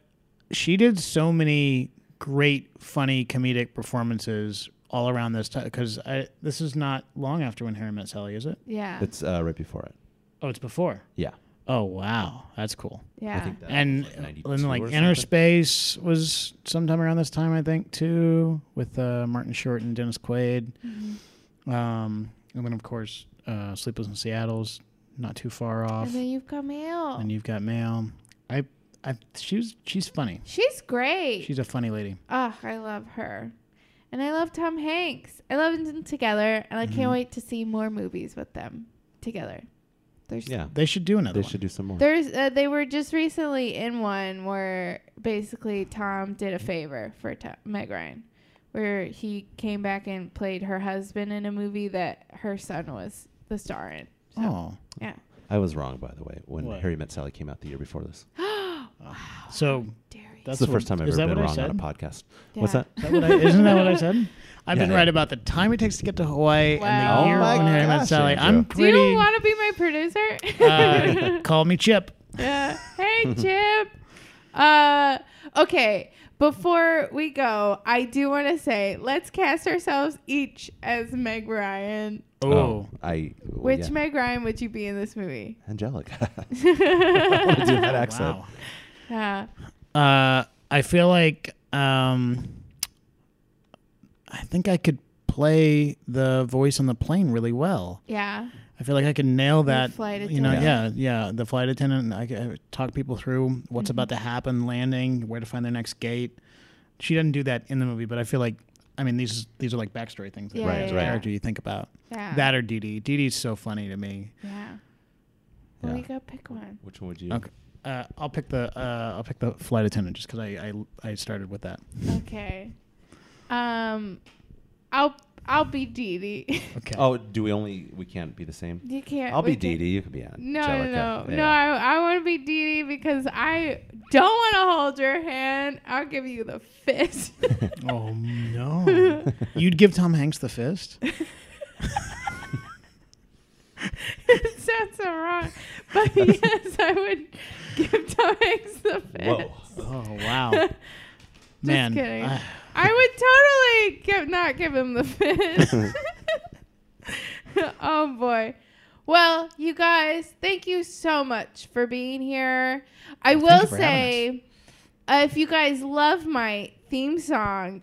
she did so many great, funny, comedic performances all around this time. Because this is not long after when Harry Met Sally, is it?
yeah,
It's uh, right before it.
Oh, it's before.
Yeah.
Oh wow, that's cool.
yeah.
I think that
and
was
like,
92
then like
or
Inner
something.
Space was sometime around this time, I think, too, with uh, Martin Short and Dennis Quaid.
Mm-hmm.
Um, and then of course, uh, Sleepless in Seattle's not too far off.
and then you've come out.
and you've got Mail. I, I, she was, she's funny.
She's great.
She's a funny lady.
oh, I love her, and I love Tom Hanks. I love them together, and I
Mm-hmm.
can't wait to see more movies with them together. There's
Yeah.
They should do another
They
one.
should do some more.
There's uh, they were just recently in one where basically Tom did a favor for Tom, Meg Ryan, where he came back and played her husband in a movie that her son was the star in. So,
Oh,
yeah.
I was wrong, by the way, when
What?
Harry Met Sally came out the year before this.
so
Dairy.
that's
That's the first
what-
time I've
is
ever
that
been
what I
wrong on a
said?
podcast. What's
Yeah.
that?
Is that what I- isn't that what I said? I've
Yeah,
been
yeah.
right about the time it takes to get to Hawaii and
Wow.
the year
Oh my
when Harry Met
gosh,
Sally. I'm
Andrew.
Do
pretty.
you want to be my producer?
uh, call me Chip.
yeah. Hey, Chip. Uh, okay. Before we go, I do want to say let's cast ourselves each as Meg Ryan.
Oh,
I.
Which
yeah.
Meg Ryan would you be in this movie?
Angelica. I want to do that accent.
wow.
Yeah.
Oh, Uh, I feel like um, I think I could play the voice on the plane really well.
Yeah.
I feel like I could nail that.
flight
You know, yeah,
attendant.
yeah. The flight attendant. and I could I would talk people through
Mm-hmm.
what's about to happen, landing, where to find their next gate. She doesn't do that in the movie, but I feel like. I mean, these these are like backstory things that
Yeah,
you
Right,
as a
right.
character you think about.
Yeah.
That or Dee Dee. Dee Dee's so funny to me.
Yeah. Well,
Yeah.
we gotta pick one.
Which one would you?
Okay. Uh, I'll pick the uh, I'll pick the flight attendant just because I, I I started with that.
Okay. Um, I'll I'll be Dee Dee.
Okay.
Oh, do we only? We can't be the same.
you can't.
I'll
we
be Dee
can't-
Dee. You can be Angelica.
No, no, no,
Yeah.
no. I, I want to be Dee Dee because I don't want to hold your hand. I'll give you the fist.
Oh no! You'd give Tom Hanks the fist?
it sounds so wrong, but yes, I would give Tom Hanks the fist.
Whoa.
Oh wow! Man,
kidding.
I-
I would totally give, not give him the fist. oh boy. Well, you guys, thank you so much for being here. I will
you for having
say, uh, if you guys love my theme song,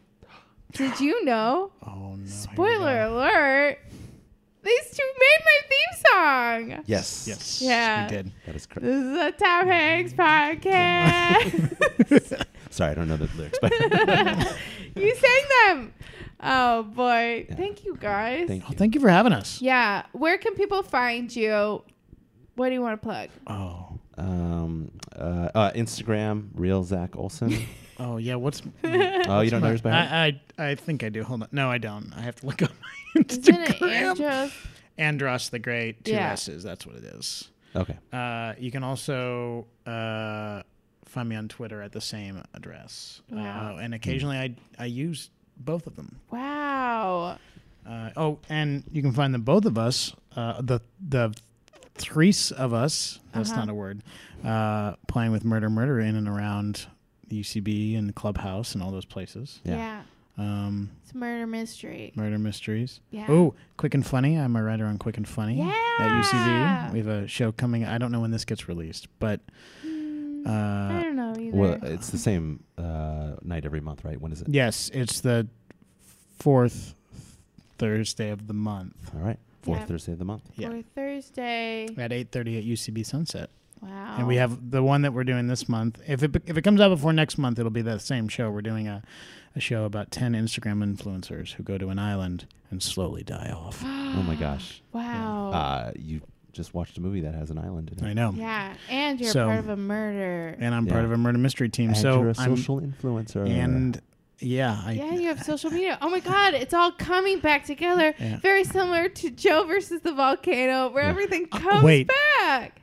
did you know?
oh no!
Spoiler alert. These two made my theme song.
Yes.
Yes.
Yeah.
We did.
That is correct.
This is a Tom Hanks podcast.
Sorry, I don't know the lyrics, but
you sang them. Oh boy.
Yeah.
Thank you guys.
thank
Oh,
you.
thank you for having us.
yeah. Where can people find you? What do you want to plug?
Oh.
Um, uh, uh, Instagram, real Zach Olson.
Oh yeah. What's?
oh, you don't know yours by heart?
I, I I think I do. Hold on. No, I don't. I have to look up my
Is it an
Instagram.
Andros?
Andros the Great. Two
Yeah.
S's. That's what it is.
Okay.
Uh, you can also uh, find me on Twitter at the same address.
Wow.
Uh, and occasionally I I use both of them.
Wow.
Uh, oh, and you can find the both of us, uh, the the threes of us. That's
Uh-huh.
not a word. Uh, playing with Murder Murder in and around UCB and Clubhouse and all those places.
Yeah.
Yeah.
Um,
It's a murder mystery.
murder mysteries.
Yeah.
Oh, Quick and Funny. I'm a writer on Quick and Funny at
Yeah.
UCB. We have a show coming. I don't know when this gets released, but
Hmm, I
Uh,
don't know either.
Well, it's the same uh, night every month, right? When is it?
yes, it's the fourth Thursday of the month
All right, fourth
Yeah.
Thursday of the month.
yeah.
For Thursday.
at 8:30 at UCB Sunset.
Wow.
And we have the one that we're doing this month. If it if it comes out before next month, it'll be that same show. We're doing a, a show about 10 Instagram influencers who go to an island and slowly die off.
Oh my gosh,
Wow.
uh, you just watched a movie that has an island in it.
I know.
yeah, and you're
So-
part of a murder.
And I'm
Yeah.
part of a murder mystery team,
And
so
you're a
I'm
social influencer.
and yeah, I
yeah, you have social media. Oh my God, it's all coming back together.
Yeah.
Very similar to Joe versus the volcano, where
Yeah.
everything
Uh,
comes
wait.
back.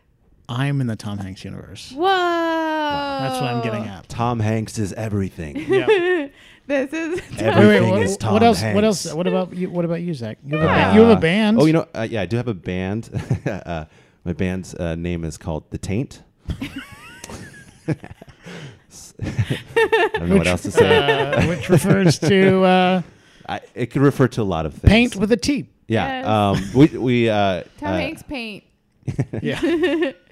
I'm in the Tom Hanks universe.
Whoa. That's
That's what I'm getting at.
Tom Hanks is everything.
Yeah. Wait,
This is.
Every-
wait,
Everything
what,
is Tom
what else? What
Hanks.
else? What about you? What about you, Zach? You have,
Yeah.
a, ba- you have
Uh,
a band.
Oh, you know, uh, yeah, I do have a band. uh, my band's uh, name is called The Taint. I don't know what else to say.
uh, which refers to uh,
I, it could refer to a lot of things.
paint with a T.
yeah.
Yes.
Um, we we uh,
Tom
uh,
Hanks paint.
Yeah.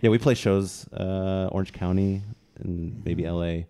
Yeah, we play shows uh, Orange County and maybe L.A.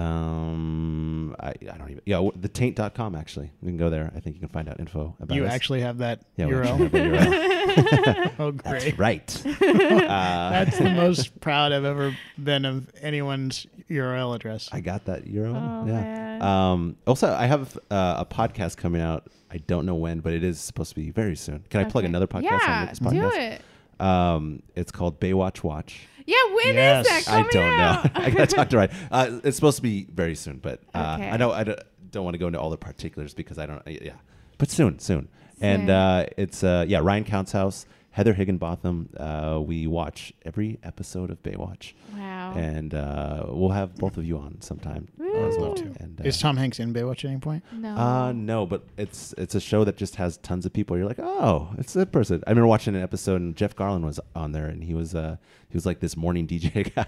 Um, I, I don't even. Yeah, w- thetaint.com actually. You can go there. I think you can find out info about
you
us.
actually have that
Yeah, we actually
URL.
have a URL.
Oh, great.
That's right. uh,
That's the most proud I've ever been of anyone's URL address.
I got that euro.
Oh,
yeah.
man.
Um, also, I have uh, a podcast coming out. I don't know when, but it is supposed to be very soon. Can I plug
Okay.
another podcast?
Yeah,
on this
do
podcast?
it.
Um, it's called Baywatch Watch.
Yeah, when is
Yes.
that
I
coming
don't
out?
know. I gotta talk to Ryan. Uh, it's supposed to be very soon, but uh,
Okay.
I know I don't, don't want to go into all the particulars because I don't. uh, Yeah, but soon,
Soon.
soon. And uh, it's uh, yeah, Ryan Counts House, Heather Higginbotham. Uh, we watch every episode of Baywatch,
Wow.
and uh, we'll have both of you on sometime as well.
Woo.
And,
Is Tom Hanks in Baywatch at any point?
no.
Uh, no, but it's it's a show that just has tons of people. You're like, oh, it's that person. I remember watching an episode and Jeff Garland was on there, and he was uh he was like this morning DJ guy.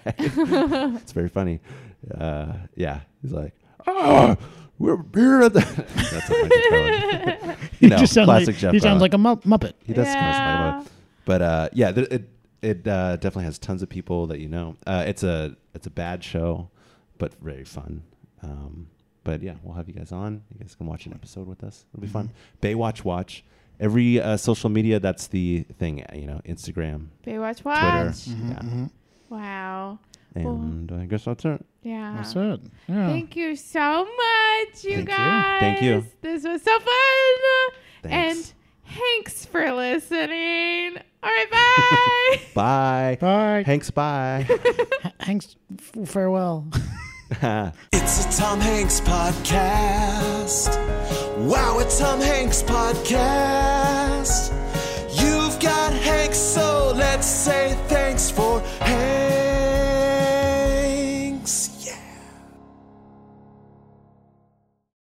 it's very funny. Uh, yeah, he's like, oh, we're here at the. That's not Jeff Garland.
He
No,
just sounds
classic
like,
Jeff
He sounds
Garland.
like a mu- Muppet.
he does kind of
Yeah.
smile, but uh, yeah, th- it it uh, definitely has tons of people that you know. Uh, it's a it's a bad show, but very fun. Um, but yeah, we'll have you guys on. You guys can watch an episode with us. It'll be fun.
Mm-hmm.
Baywatch watch every uh, social media. That's the thing. uh, You know, Instagram,
Baywatch
Twitter. Mm.
Watch.
Yeah.
Wow. Well-
And uh, I guess that's it.
Yeah.
That's it. Yeah.
Thank you so much, you
Thank you.
guys.
Thank you.
This was so fun.
Thanks.
And thanks for listening. All right, bye.
Bye.
Bye.
Hanks. Bye.
Ha- Hanks, f- farewell.
It's a Tom Hanks podcast. Wow, it's Tom Hanks podcast. You've got Hanks, so let's say